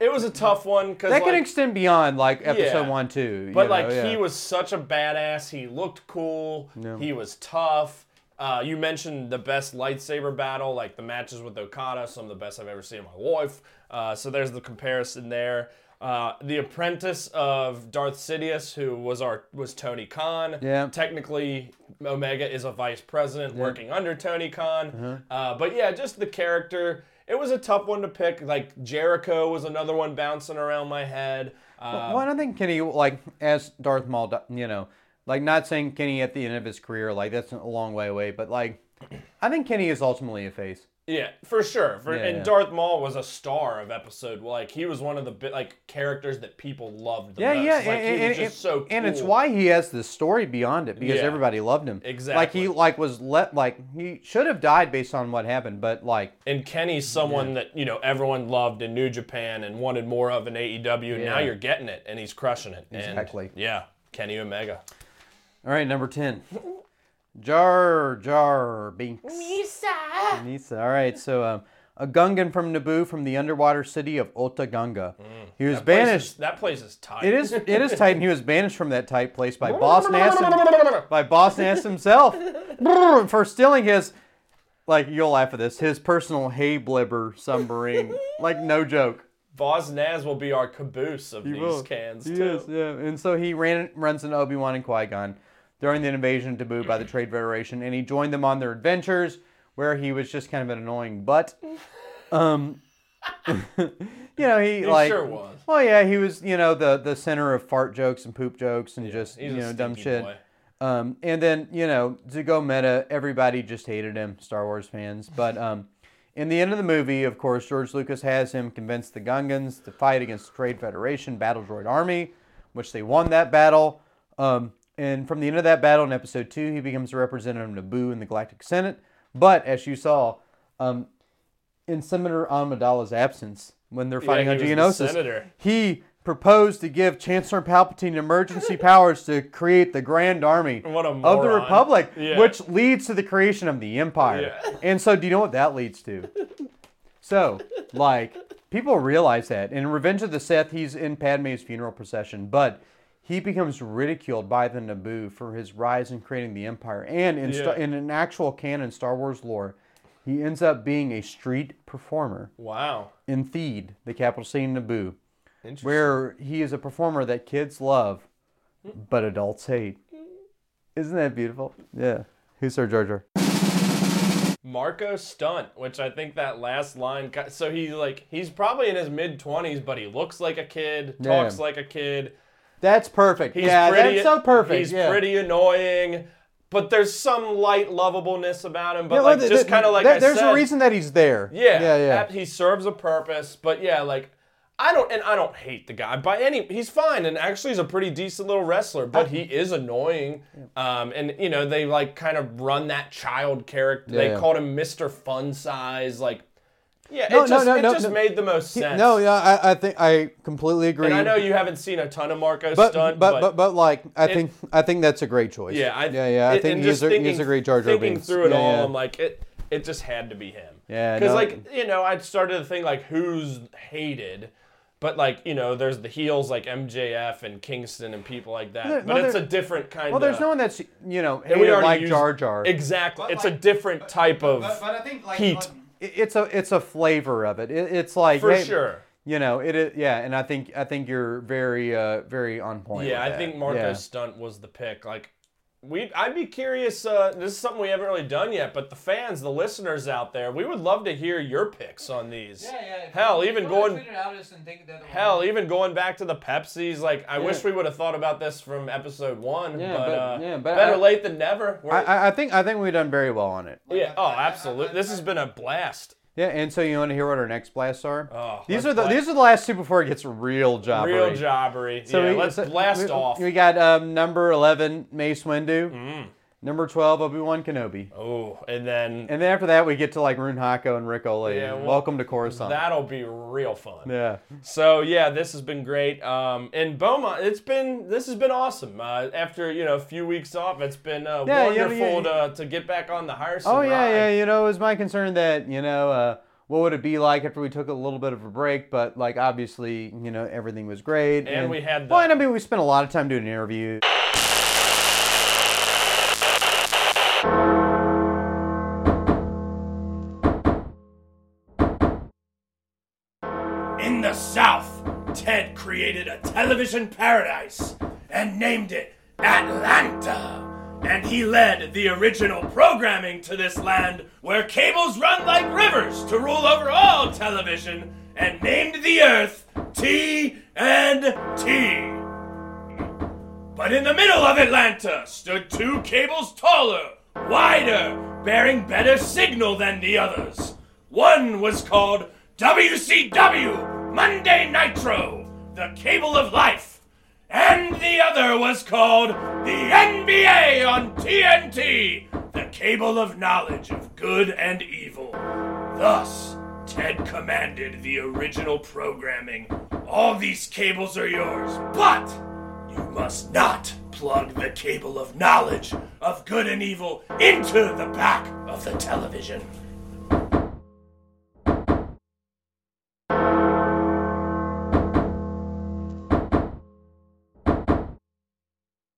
It was a tough one because that like, can extend beyond like episode Yeah. one too. but you know, like yeah. he was such a badass. He looked cool. He was tough. Uh, you mentioned the best lightsaber battle, like the matches with Okada, some of the best I've ever seen in my life. Uh, so there's the comparison there. Uh, the apprentice of Darth Sidious, who was our was Tony Khan. Yeah. Technically, Omega is a vice president working under Tony Khan. Uh-huh. Uh, but yeah, just the character. It was a tough one to pick. Like Jericho was another one bouncing around my head. Uh, Well, I don't think Kenny like as Darth Maul, di- you know, like not saying Kenny at the end of his career, like that's a long way away, but like I think Kenny is ultimately a face. Yeah, for sure. For, Yeah, and yeah. Darth Maul was a star of episode. Like he was one of the bi- like characters that people loved the Yeah, most. yeah, like, and, he was and- just and- so cool. and it's why he has this story beyond it because Yeah. everybody loved him. Like Exactly. he like was let like he should have died based on what happened, but like And Kenny's someone that you know everyone loved in New Japan and wanted more of in AEW. And now Yeah. you're getting it, and he's crushing it. And, Exactly. yeah, Kenny Omega. All right, number 10. Jar Jar Binks. Misa! Nisa. All right, so um, a Gungan from Naboo from the underwater city of Otaganga. he Place was is- banished. Mm, that place is tight. It is it is tight, <laughs> and he was banished from that tight place by Boss Nass by Boss Nass himself for stealing his like you'll laugh at this his personal hay blibber submarine like no joke. Boz Naz will be our caboose of these cans He too. is, yeah. And so he ran runs into Obi Wan and Qui Gon during the invasion of Naboo by the Trade Federation, and he joined them on their adventures, where he was just kind of an <laughs> annoying butt. Um, <laughs> you know, he, like sure was. Well, yeah, he was. You know, the the center of fart jokes and poop jokes and just he's you a know dumb stinky shit. boy. Um, and then you know Zuko Meta, everybody just hated him, Star Wars fans. But um, in the end of the movie, of course, George Lucas has him convince the Gungans to fight against the Trade Federation Battle Droid Army, which they won that battle. Um, and from the end of that battle in Episode Two, he becomes a representative of Naboo in the Galactic Senate. But as you saw, um, in Senator Amidala's absence, when they're fighting he on was the Geonosis, senator. he proposed to give Chancellor <laughs> Palpatine emergency powers to create the Grand Army What a of the moron. Republic, Yeah. which leads to the creation of the Empire. Yeah. And so, do you know what that leads to? So, like, people realize that. In Revenge of the Sith, he's in Padme's funeral procession, but he becomes ridiculed by the Naboo for his rise in creating the Empire. And in, sta- Yeah. in an actual canon Star Wars lore, He ends up being a street performer Wow. in Theed, the capital city in Naboo, Interesting. where he is a performer that kids love, but adults hate. Isn't that beautiful? Yeah. Who's Sir Jar Jar? Marco Stunt, which I think that last line. Got, so he like he's probably in his mid twenties, but he looks like a kid, talks Yeah. like a kid. That's perfect. He's yeah, pretty, that's so perfect. He's yeah. pretty annoying, but there's some light lovableness about him. But Yeah, well, like th- just th- kind of like there- I there's said, a reason that he's there. Yeah, yeah, yeah. ab- He serves a purpose, but yeah, like I don't and I don't hate the guy by any. He's fine and actually he's a pretty decent little wrestler, but he is annoying. Um, and you know they like kind of run that child character. they Yeah. called him Mister Fun Size. Like, yeah, No, it no, just no, it no, just no. made the most He- sense. No, yeah, I, I think I completely agree. And I know you haven't seen a ton of Marco but, Stunt, but, but, but, like, I it- think I think that's a great choice. yeah, I, yeah, yeah. I and- think and he's just a, thinking, he's a great Jar Jar Thinking Binks. through it Yeah, all, yeah. I'm like, it it just had to be him. Yeah, because no, like you know, I started to think like who's hated, but like you know, there's the heels like MJF and Kingston and people like that. Well, but there- it's a different kind. well, there's of, no one that's you know uh, and we hated already like used- Jar Jar. Exactly, But, it's a like- different type of But, but I think like, heat. like- It- It's a it's a flavor of it. it it's like for hey, sure. You know it is. Yeah, and I think I think you're very uh very on point. Yeah, with I that. think Marco Yeah. Stunt was the pick. Like, we I'd be curious. Uh, this is something we haven't really done yet, but the fans, the listeners out there, we would love to hear your picks on these. yeah, yeah. if Hell, you- if even you wanna going- tweet it out us and think that the Hell, even going back to the Pepsis, like I wish we would have thought about this from episode one, Yeah, but, but- uh, yeah, but better I- late than never. We're- I, I- I think I think we've done very well on it. yeah, oh, absolutely. This has been a blast. Yeah, and so you want to hear what our next blasts are? Oh, these let's are the blast. these are the last two before it gets real jobbery. Real jobbery. So yeah, we, let's so blast we- off. Mm. We got um, number eleven, Mace Windu. Number twelve, Obi Wan Kenobi. oh, and then And then after that, we get to like Rune Hako and Rick Ole. Yeah, well, Welcome to Coruscant. that'll be real fun. yeah. So yeah, this has been great. Um, and Beaumont, it's been this has been awesome. Uh, after you know a few weeks off, it's been uh, Yeah, yeah, wonderful yeah. To, to get back on the higher Oh yeah, yeah. You know, it was my concern that you know uh, what would it be like after we took a little bit of a break, but like obviously you know everything was great. And, we had well, the- and I mean we spent a lot of time doing interviews. In the South, Ted created a television paradise and named it Atlanta. And he led the original programming to this land where cables run like rivers to rule over all television and named the earth T and T. But in the middle of Atlanta stood two cables taller, wider, bearing better signal than the others. One was called WCW Monday Nitro, the cable of life, and the other was called the NBA on TNT, the cable of knowledge of good and evil. Thus, Ted commanded the original programming. All these cables are yours, but you must not plug the cable of knowledge of good and evil into the back of the television.